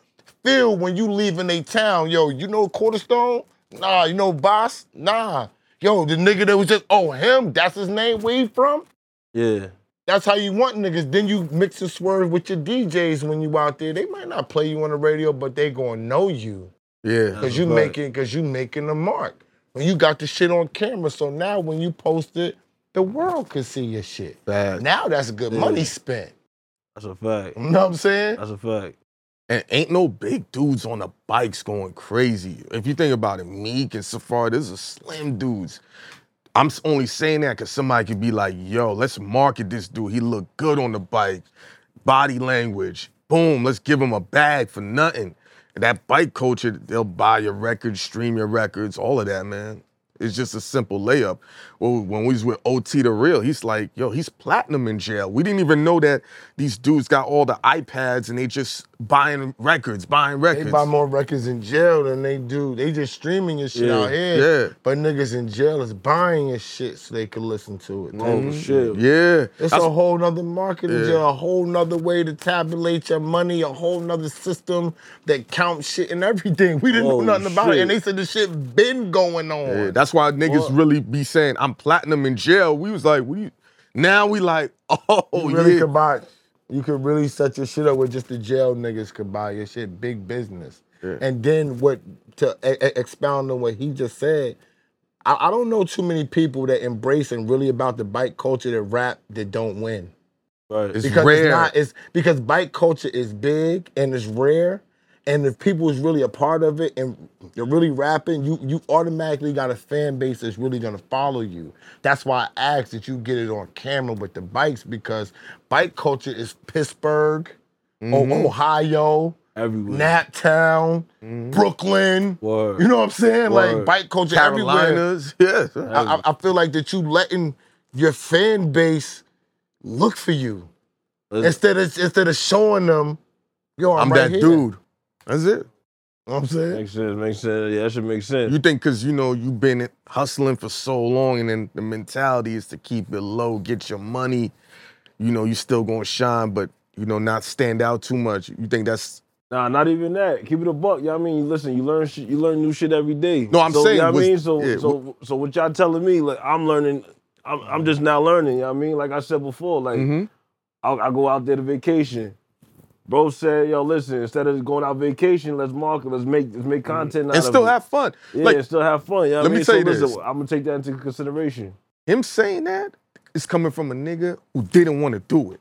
feel when you leaving a town. Yo, you know Cornerstone? Nah, you know Boss? Nah. Yo, the nigga that was just, oh, him, that's his name, where he from?
yeah.
That's how you want niggas. Then you mix and swerve with your DJs when you out there. They might not play you on the radio, but they gonna know you.
Yeah.
Cause you
Right.
making, cause you making a mark. When you got the shit on camera. So now when you post it, the world could see your shit.
Bad.
Now that's good money spent. *laughs*
That's a fact.
You know what I'm saying?
That's a fact.
And ain't no big dudes on the bikes going crazy. If you think about it, Meek and Safari, those are slim dudes. I'm s- only saying that because somebody could be like, yo, let's market this dude. He look good on the bike. Body language. Boom, let's give him a bag for nothing. And that bike culture, they'll buy your records, stream your records, all of that, man. It's just a simple layup. Well, when we was with OT the Real, he's like, yo, he's platinum in jail. We didn't even know that these dudes got all the iPads and they just buying records, buying
They
records.
buy more records in jail than they do. They just streaming your shit
Yeah,
out here.
yeah.
But niggas in jail is buying your shit so they can listen to it.
Oh shit.
yeah.
It's
That's-
a whole nother market,
Yeah.
a whole nother way to tabulate your money, a whole nother system that counts shit and everything. We didn't
Oh,
know nothing about it.
shit.
And they said the shit been going on.
Yeah, that's why niggas
What?
really be saying I'm platinum in jail. We was like, we now we like, *laughs* oh
you really
yeah,
could buy you could really set your shit up where just the jail niggas could buy your shit. Big business. And then what to e- e- expound on what he just said, I, I don't know too many people that embrace and really about the bike culture that rap that don't win.
Right.
It's
because
rare.
it's not it's because bike culture is big and it's rare and if people is really a part of it and they're really rapping you you automatically got a fan base that's really going to follow you that's why i ask that you get it on camera with the bikes because bike culture is pittsburgh O- ohio
Everywhere.
naptown brooklyn
Word.
you know what i'm saying like
Word.
bike culture everywhere
Carolinas, *laughs* yeah,
I, I- I feel like that you letting your fan base look for you
Let's-
instead of instead of showing them, yo,
I'm
I'm, right
that
here. You know
dude. That's it.
what I'm saying?
Makes sense. Makes sense. Yeah, that should make sense.
You think because you know you've been hustling for so long, and then the mentality is to keep it low, get your money. You know, you still gonna shine, but you know, not stand out too much. You think that's
Nah, not even that. Keep it a buck. You know what I mean? You Listen, you learn shit, you learn new shit every day.
No, I'm
so,
saying
You know what
was-
I mean? So,
yeah,
so, so what y'all telling me, like, I'm learning, I'm, I'm
Mm-hmm.
just now learning. You know what I mean? Like I said before, like, I, I go out there to vacation. Bro said, yo, listen, instead of going out vacation, let's market, let's make let's make content
Mm-hmm.
out
and
of
still
it.
have fun.
yeah,
like
and still have fun. You know what
Let
I
me
mean?
tell
so
you
listen,
this.
I'm gonna take that into consideration.
him saying that is coming from a nigga who didn't want to do it.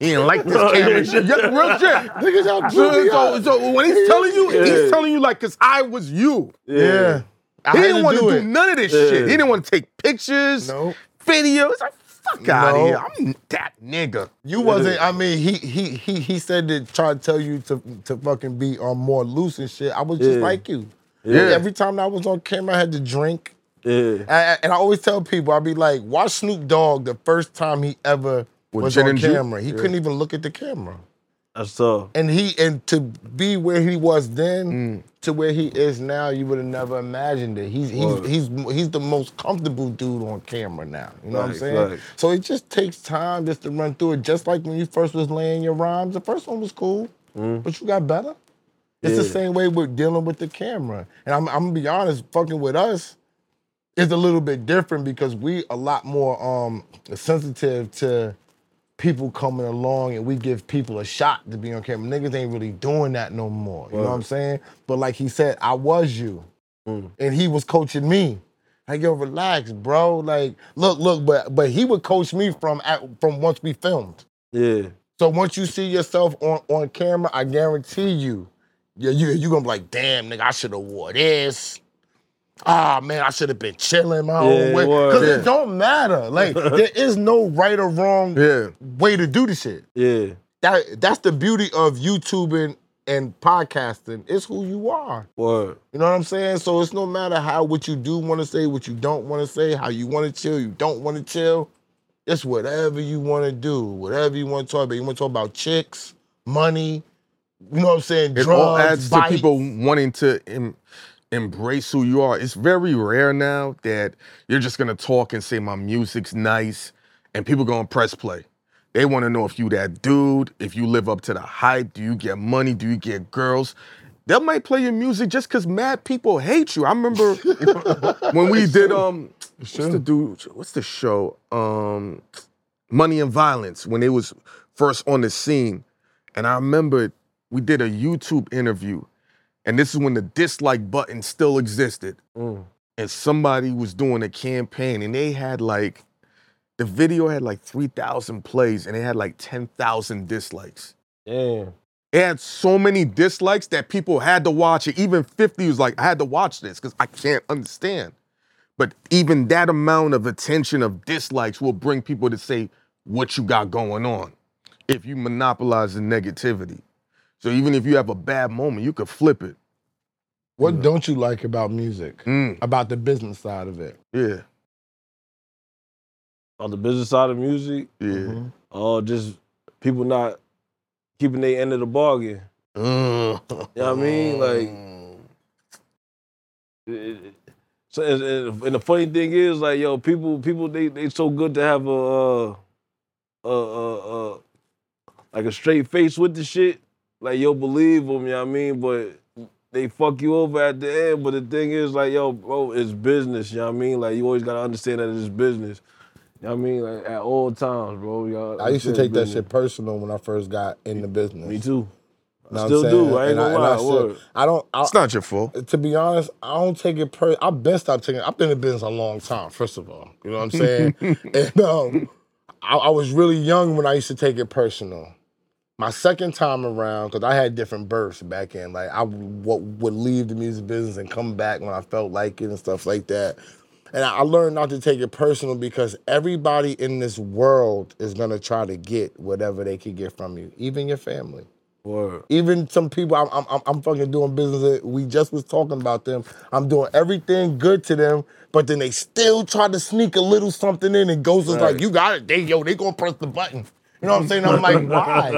He didn't
*laughs*
like this camera shit.
*laughs*
Yeah, real *laughs* shit.
Niggas, y'all
So,
tripping,
so,
y'all.
so when he's telling you,
Yeah.
he's telling you like, cause I was you.
Yeah. I
He
had
didn't want to do, none of this shit.
Yeah.
He didn't want to take pictures,
No.
videos. Like, fuck out
No.
here. I'm that nigga.
You wasn't. I mean, he he he he said to try to tell you to to fucking be um, more loose and shit. I was just
Yeah.
like you.
Yeah.
Every time I was on camera, I had to drink.
Yeah.
I- I- and I always tell people, I'd be like, watch Snoop Dogg the first time he ever
With
was
gin
on
and juice?
camera. He couldn't even look at the camera.
That's tough.
And he and to be where he was then to where he is now, you would have never imagined it. He's he's, he's he's the most comfortable dude on camera now. You know what I'm
Facts,
saying?
facts.
So it just takes time just to run through it. Just like when you first was laying your rhymes, the first one was cool, but you got better. It's the
Yeah.
same way with dealing with the camera. And I'm, I'm gonna be honest, fucking with us is a little bit different because we a lot more um sensitive to people coming along and we give people a shot to be on camera. Niggas ain't really doing that no more. You know what I'm saying? But like he said, I was you. And he was coaching me. Like, yo, relax, bro. Like, look, look, but but he would coach me from at, from once we filmed.
Yeah.
So once you see yourself on, on camera, I guarantee you, yeah, you you gonna be like, damn, nigga, I should have wore this. Ah man, I should have been chilling my
Yeah,
own way. Cause
word.
it don't matter. Like there is no right or wrong
Yeah.
way to do the shit.
Yeah.
That that's the beauty of YouTubing and podcasting. It's who you are.
Word.
You know what I'm saying? So it's no matter how what you do want to say, what you don't want to say, how you want to chill, you don't want to chill. It's whatever you want to do, whatever you want to talk about. You want to talk about chicks, money. You know what I'm saying?
It
Drugs,
all adds
bites.
to people wanting to em- embrace who you are. It's very rare now that you're just gonna talk and say my music's nice, and people gonna press play. They want to know if you that dude, if you live up to the hype, do you get money, do you get girls? That might play your music just because mad people hate you. I remember when we did um, what's the dude? What's the show? Um, Money and Violence when it was first on the scene, and I remember we did a YouTube interview, and this is when the dislike button still existed. And somebody was doing a campaign, and they had like, the video had like 3,000 plays, and it had like 10,000 dislikes.
Damn.
It had so many dislikes that people had to watch it. Even 50 was like, I had to watch this because I can't understand. But even that amount of attention of dislikes will bring people to say what you got going on if you monopolize the negativity. So even if you have a bad moment, you could flip it.
What don't you like about music?
Mm,
About the business side of
*laughs*
it?
yeah,
On the business side of music,
yeah.
or Oh, just people not keeping their end of the bargain.
Mm.
You know what I mean? Like, it- it- so and, and- and the funny thing is, like, yo, people, people, they they so good to have a, uh, a, a, a like a straight face with the shit. Like, yo, believe them. You know what I mean? But they fuck you over at the end. But the thing is, like, yo, bro, it's business. You know what I mean? Like, you always gotta understand that it's business. You know what I mean? Like, at all times, bro. Y'all,
I used to
understand
take that
business.
shit personal when I first got in the business.
Me too.
You know what
Still
I'm saying?
do. I ain't
And
gonna
and
lie.
still-
word.
I don't. I,
It's not your fault.
to be honest, I don't take it per. I've been stopped taking. I've been in business a long time. First of all, you know what I'm saying. and um, I, I was really young when I used to take it personal. My second time around, because I had different births back in. Like I w- would leave the music business and come back when I felt like it and stuff like that. And I I learned not to take it personal because everybody in this world is gonna try to get whatever they can get from you, even your family
Word.
even some people I'm, I'm, I'm- I'm fucking doing business with, we just was talking about them i'm doing everything good to them but then they still try to sneak a little something in and ghost is like
Right.
you got it they yo they gonna press the button you know what i'm saying
*laughs*
i'm like why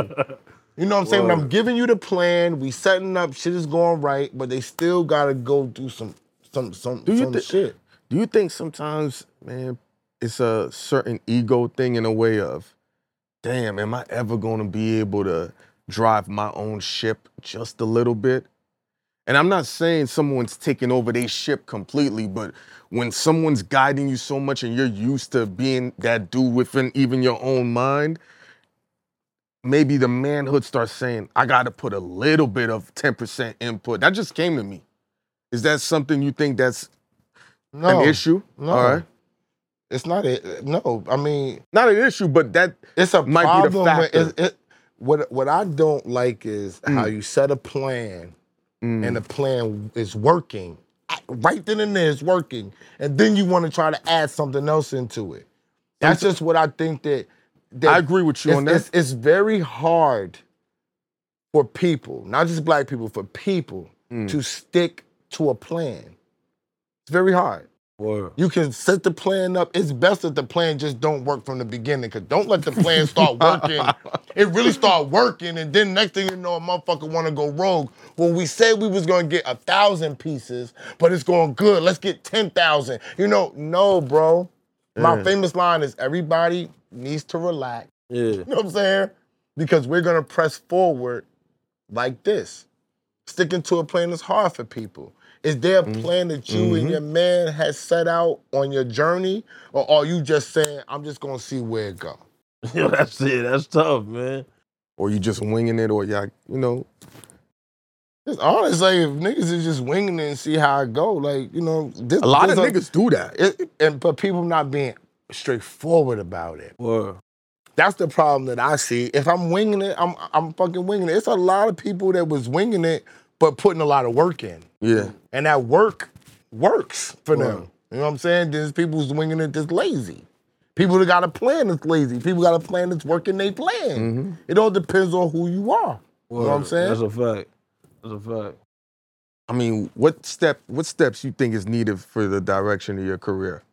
you know what i'm saying when i'm giving you the plan we setting up shit is going right but they still gotta go do some some some,
you
some
thi-
shit
Do you think sometimes, man, it's a certain ego thing in a way of, damn, am I ever gonna be able to drive my own ship just a little bit? And I'm not saying someone's taking over their ship completely, but when someone's guiding you so much and you're used to being that dude within even your own mind, maybe the manhood starts saying, I gotta put a little bit of 10% input. That just came to me. Is that something you think that's
No,
an issue?
No.
All right.
It's not a no. I mean,
Not an issue, but that
it's a
Might be the
problem. when-
factor. Mm.
it, it, what what I don't like is how you set a plan, and the plan is working I- right then and there. It's working, and then you want to try to add something else into it. That's just what I think that. that
I agree with you
it's,
on that.
It's, it's very hard for people, not just black people, for people
Mm.
to stick to a plan. It's very hard.
Word.
You can set the plan up. It's best that the plan just don't work from the beginning. Cause don't let the plan start working. it really start working, and then next thing you know, a motherfucker want to go rogue. Well, we said we was gonna get a thousand pieces, but it's going good. Let's get ten thousand. You know, no, bro. My famous line is everybody needs to relax.
Yeah.
You know what I'm saying? Because we're gonna press forward like this. Sticking to a plan is hard for people. Is there a
Mm-hmm.
plan that you and your man has set out on your journey, or are you just saying, "I'm just gonna see where it go"?
*laughs* Yo, that's it. That's tough, man.
or you just winging it, or y'all, you know,
It's honest, like if niggas is just winging it and see how it go, like you know, this,
a lot of
this
niggas do that.
it, and but people not being straightforward about it.
Word.
That's the problem that I see. If I'm winging it, I'm I'm fucking winging it. It's a lot of people that was winging it, but putting a lot of work in.
Yeah.
and that work works for them. You know what I'm saying? There's people who's winging it that's lazy. People that got a plan that's lazy. People got a plan that's working they plan.
Mm-hmm.
It all depends on who you are. You know what I'm
That's
saying?
a fact. That's a fact.
I mean, what step what steps you think is needed for the direction of your career?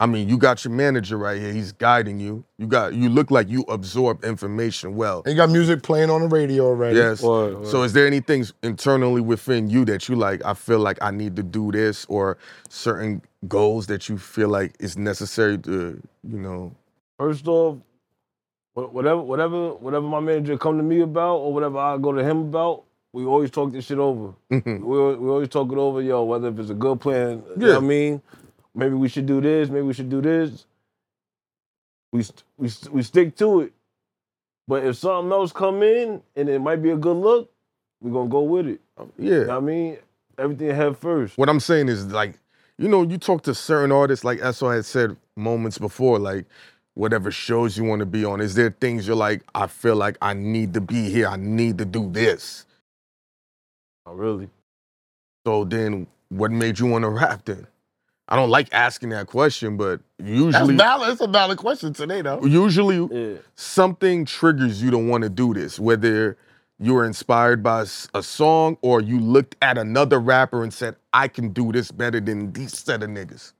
I mean, you got your manager right here. He's guiding you. You got you look like you absorb information well.
They got music playing on the radio already.
Yes.
Word, word.
So is there any things internally within you that you like, I feel like I need to do this or certain goals that you feel like is necessary to, you know, *laughs*
First off, wha- whatever whatever whatever my manager come to me about or whatever I go to him about, we always talk this shit over. We, al- we always talk it over, yo, whether if it's a good plan, you know
Yeah.
what I mean? Maybe we should do this, maybe we should do this. We st- we st- we stick to it. But if something else come in and it might be a good look, we're going to go with it. You know
yeah.
what I mean? Everything head first.
What I'm saying is like, you know, you talk to certain artists, like SO had said moments before, like whatever shows you want to be on, is there things you're like, I feel like I need to be here, I need to do this.
Oh, really.
So then what made you want to *laughs* rap then? I don't like asking that question, but
That's
usually
valid. It's a valid question today, though.
usually
Yeah.
something triggers you to want to do this, whether you were inspired by s- a song or you looked at another rapper and said, I can do this better than these set of niggas.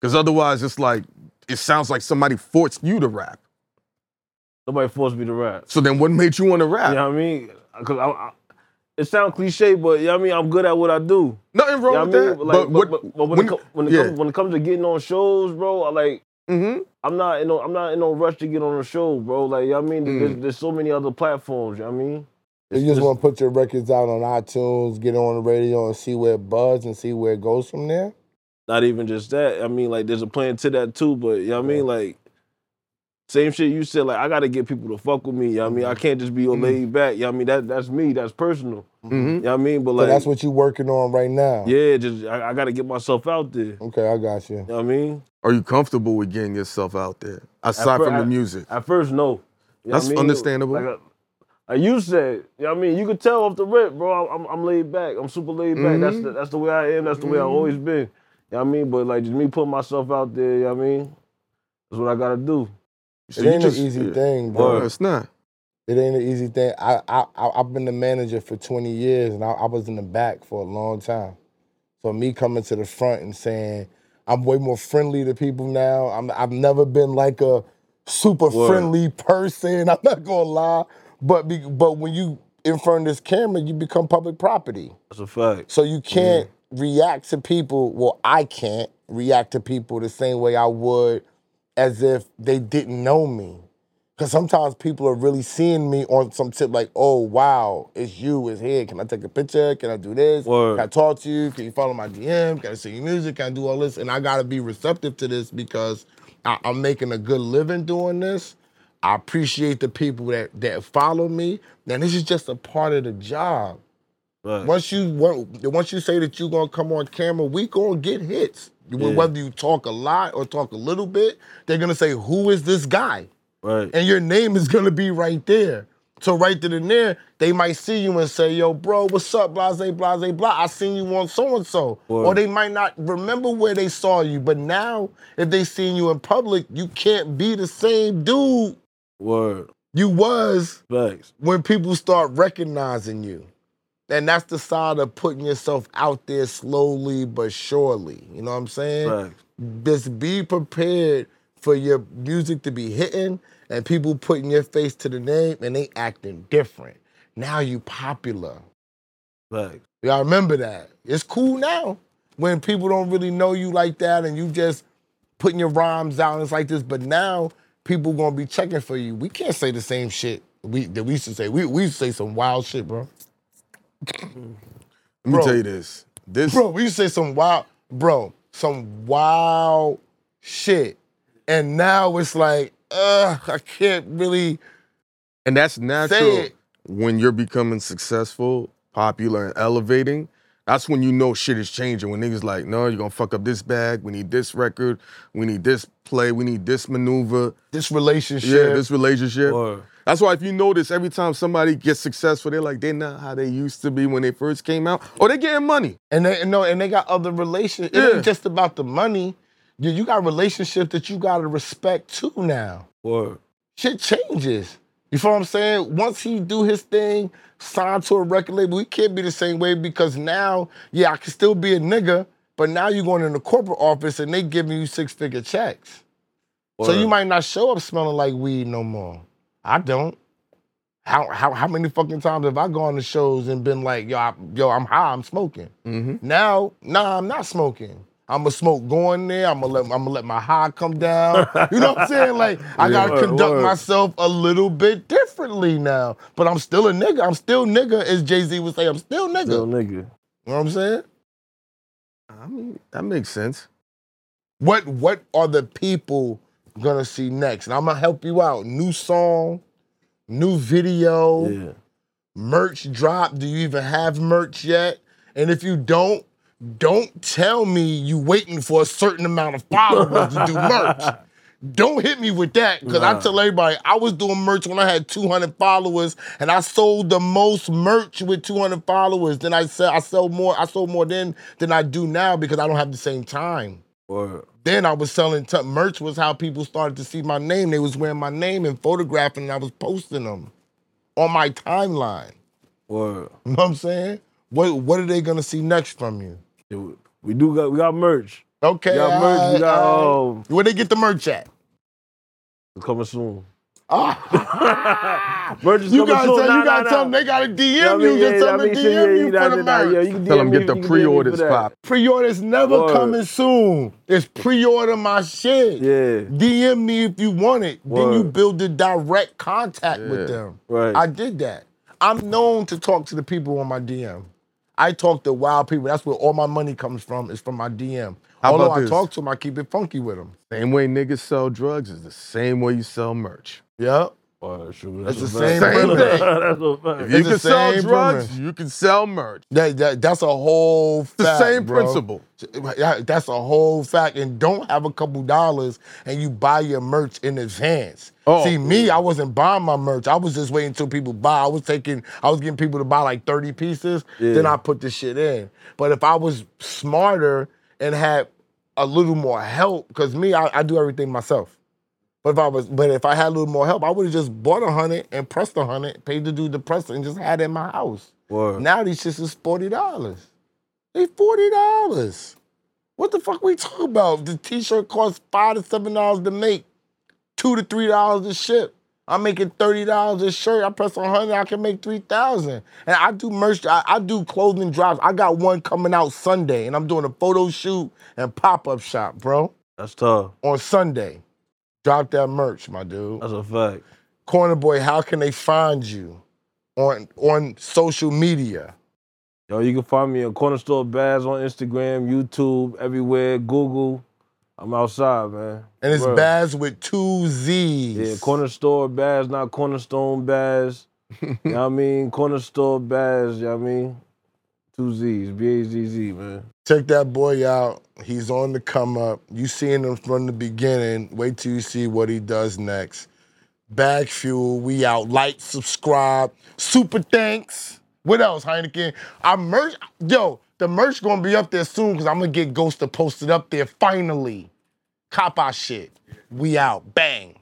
Because otherwise, it's like, it sounds like somebody forced you to rap.
Nobody forced me to rap.
So then what made you want to rap?
You know what I mean? Because I, I, it sounds cliche, but you know what I mean? I'm good at what I do.
Nothing
You
wrong
know what I
with
mean?
that.
Like, but,
what-
but, but when, it, co- when, it
yeah.
comes, when it comes to getting on shows, bro, I like,
Mhm.
I'm not in no, I'm not in no rush to get on a show, bro. Like, you know what I mean? There's, there's so many other platforms, you know what I mean?
You just want to put your records out on iTunes, get on the radio, and see where it buzz and see where it goes from there.
Not even just that. I mean, like, there's a plan to that too, but you know what I mean? Like, same shit you said, like, I got to get people to fuck with me, you know what I mean? I can't just be all laid back, you know what I mean? That, that's me, that's personal, you know what I mean? But
So
like,
that's what you're working on right now.
yeah, just, I, I got to get myself out there, you
Okay, I got you.
know what I mean?
Are you comfortable with getting yourself out there aside
fir-
from the
at-
music?
At first, no. You know
That's
what I mean?
understandable.
Like, uh, like you said, you know what I mean, you could tell off the rip, bro. I'm, I'm laid back. I'm super laid back. That's the, that's the way I am. That's the way I've always been. You know what I mean? But like just me putting myself out there, you know what I mean? That's what I gotta do.
So
it
you
ain't
just-
an easy
yeah.
thing, bro.
No, it's not.
It ain't an easy thing. I I I- I've been the manager for 20 years, and I, I was in the back for a long time. So me coming to the front and saying I'm way more friendly to people now. I'm I've never been like a super friendly person. *laughs* I'm not gonna lie, but be, but when you in front of this camera, you become public property.
That's a fact.
So you can't react to people. Well, I can't react to people the same way I would as if they didn't know me. Because sometimes people are really seeing me on some tip like, oh, wow, it's you, it's here. Can I take a picture? Can I do this?
Word.
Can I talk to you? Can you follow my DM? Can I sing your music? Can I do all this? And I got to be receptive to this because I- I'm making a good living doing this. I appreciate the people that that follow me. Now this is just a part of the job.
Right.
Once you want- once you say that you're gonna come on camera, we gonna get hits.
Yeah.
Whether you talk a lot or talk a little bit, they're gonna say, "Who is this guy?"
Right.
and your name is gonna be right there. So right then and there, they might see you and say, "Yo, bro, what's up, blase, blase, blah? I seen you on so and so." Or
Word.
they might not remember where they saw you, but now if they seen you in public, you can't be the same dude
Word.
you was
Facts.
when people start recognizing you. And that's the side of putting yourself out there slowly but surely. You know what I'm saying?
Facts.
just be prepared for your music to be hitting and people putting your face to the name and they acting different. Now you popular.
Facts.
Y'all remember that. It's cool now when people don't really know you like that and you just putting your rhymes out and it's like this. But now people gonna be checking for you. We can't say the same shit we that we used to say. We we used to say some wild shit, bro.
Let me
Bro.
tell you this. This
Bro, we used to say some wild, bro, some wild shit. And now it's like, ugh, I can't really.
and that's natural
it.
when you're becoming successful, popular, and elevating. That's when you know shit is changing. When niggas like, no, you're gonna fuck up this bag. We need this record. We need this play. We need this maneuver.
This relationship.
Yeah, this relationship.
Word.
That's why if you notice, every time somebody gets successful, they're like, they're not how they used to be when they first came out, or they getting money.
and they no, and they got other relations. It
Yeah.
ain't just about the money. You, you got relationships that you gotta respect too now.
Word.
Shit changes. You feel what I'm saying? Once he do his thing, sign to a record label, he can't be the same way because now, yeah, I can still be a nigga, but now you're going in the corporate office and they giving you six figure checks. So you
Word.
might not show up smelling like weed no more. I don't. How how how many fucking times have I gone to shows and been like, yo, I, yo, I'm high, I'm smoking.
Mm-hmm.
Now, nah, I'm not smoking. I'ma smoke going there. I'ma let I'ma let my high come down. You know what I'm saying?
*laughs*
Like I gotta
Word,
conduct
word.
myself a little bit differently now. But I'm still a nigga. I'm still nigga, as Jay Z would say. I'm still nigga.
Still nigga.
You know what I'm saying?
I mean, that makes sense.
what what are the people gonna see next? And I'm gonna help you out. New song, new video,
Yeah.
merch drop. Do you even have merch yet? And if you don't, don't tell me you waiting for a certain amount of followers to do merch.
*laughs*
Don't hit me with that, because I
Nah.
tell everybody I was doing merch when I had 200 followers, and I sold the most merch with 200 followers. Then I sell, I sell more, I sold more then than I do now because I don't have the same time
Word.
then I was selling t- merch was how people started to see my name. They was wearing my name and photographing and I was posting them on my timeline. *laughs*
Word.
You know what I'm saying? What what are they gonna see next from you?
Yeah, we- We do got we got merch.
Okay.
We got merch. We
alright,
got
alright.
um
Where they get the merch at?
it's coming soon.
Ah,
*laughs* Merch is
you
coming
gotta
soon.
tell
nah,
you gotta
nah,
tell them
nah.
they gotta DM
Yeah, I
you.
mean,
Just
yeah,
tell
I
them
mean,
to
shit, yeah,
DM you
nah,
for the
nah,
merch.
yeah, you can
Tell them
DM
get
me-
the
you can DM me for
pre-orders
that.
pop.
Pre-orders never
Word.
coming soon. It's pre-order my shit.
Yeah.
DM me if you want it. Then you
Word.
build the direct contact with
Yeah.
them.
Right.
I did that. I'm known to talk to the people on my DM. I talk to wild people. That's where all my money comes from. Is from my DM.
How
Although
about
I
this?
talk to them, I keep it funky with them.
Same way niggas sell drugs is the same way you sell merch.
Yep.
Word, shoot,
It's
a
the
fact.
same thing.
*laughs* that's a fact.
If you
It's the
can sell
same
drugs,
premise.
you can sell merch.
That, that that's a whole
It's the
fact,
same
bro.
principle.
Yeah, That's a whole fact. And don't have a couple dollars and you buy your merch in advance.
Oh.
See, me, I wasn't buying my merch. I was just waiting till people buy. I was taking, I was getting people to buy like 30 pieces, then
Yeah.
I put the shit in. But if I was smarter and had a little more help, because me, I, I do everything myself. But if I was, but if I had a little more help, I would have just bought a hundred and pressed a hundred, paid the dude the presser, and just had it in my house.
Word.
Now these shits is forty dollars. They forty dollars. What the fuck we talking about? The t-shirt costs five to seven dollars to make, two to three dollars to ship. I'm making thirty dollars a shirt. I press on hundred, I can make three thousand. And I do merch. I, I do clothing drops. I got one coming out Sunday, and I'm doing a photo shoot and pop up shop, bro,
That's tough.
on Sunday. Drop that merch, my dude.
That's a fact.
Corner boy, how can they find you on on social media?
Yo, you can find me on Corner Store Bass on Instagram, YouTube, everywhere, Google. I'm outside, man.
And it's
Word.
Baz with two Z's.
Yeah, corner store bass, not
*laughs*
cornerstone bass. you know what I mean? Corner store bass, you know what I mean? Two Z's, B A Z Z, man.
Check that boy out. He's on the come up. You seen him from the beginning. Wait till you see what he does next. Bag Fuel, we out. Like, subscribe. Super thanks. What else, Heineken? Our merch, yo, the merch gonna be up there soon because I'm gonna get Ghost to post it up there finally. Cop our shit. We out. Bang.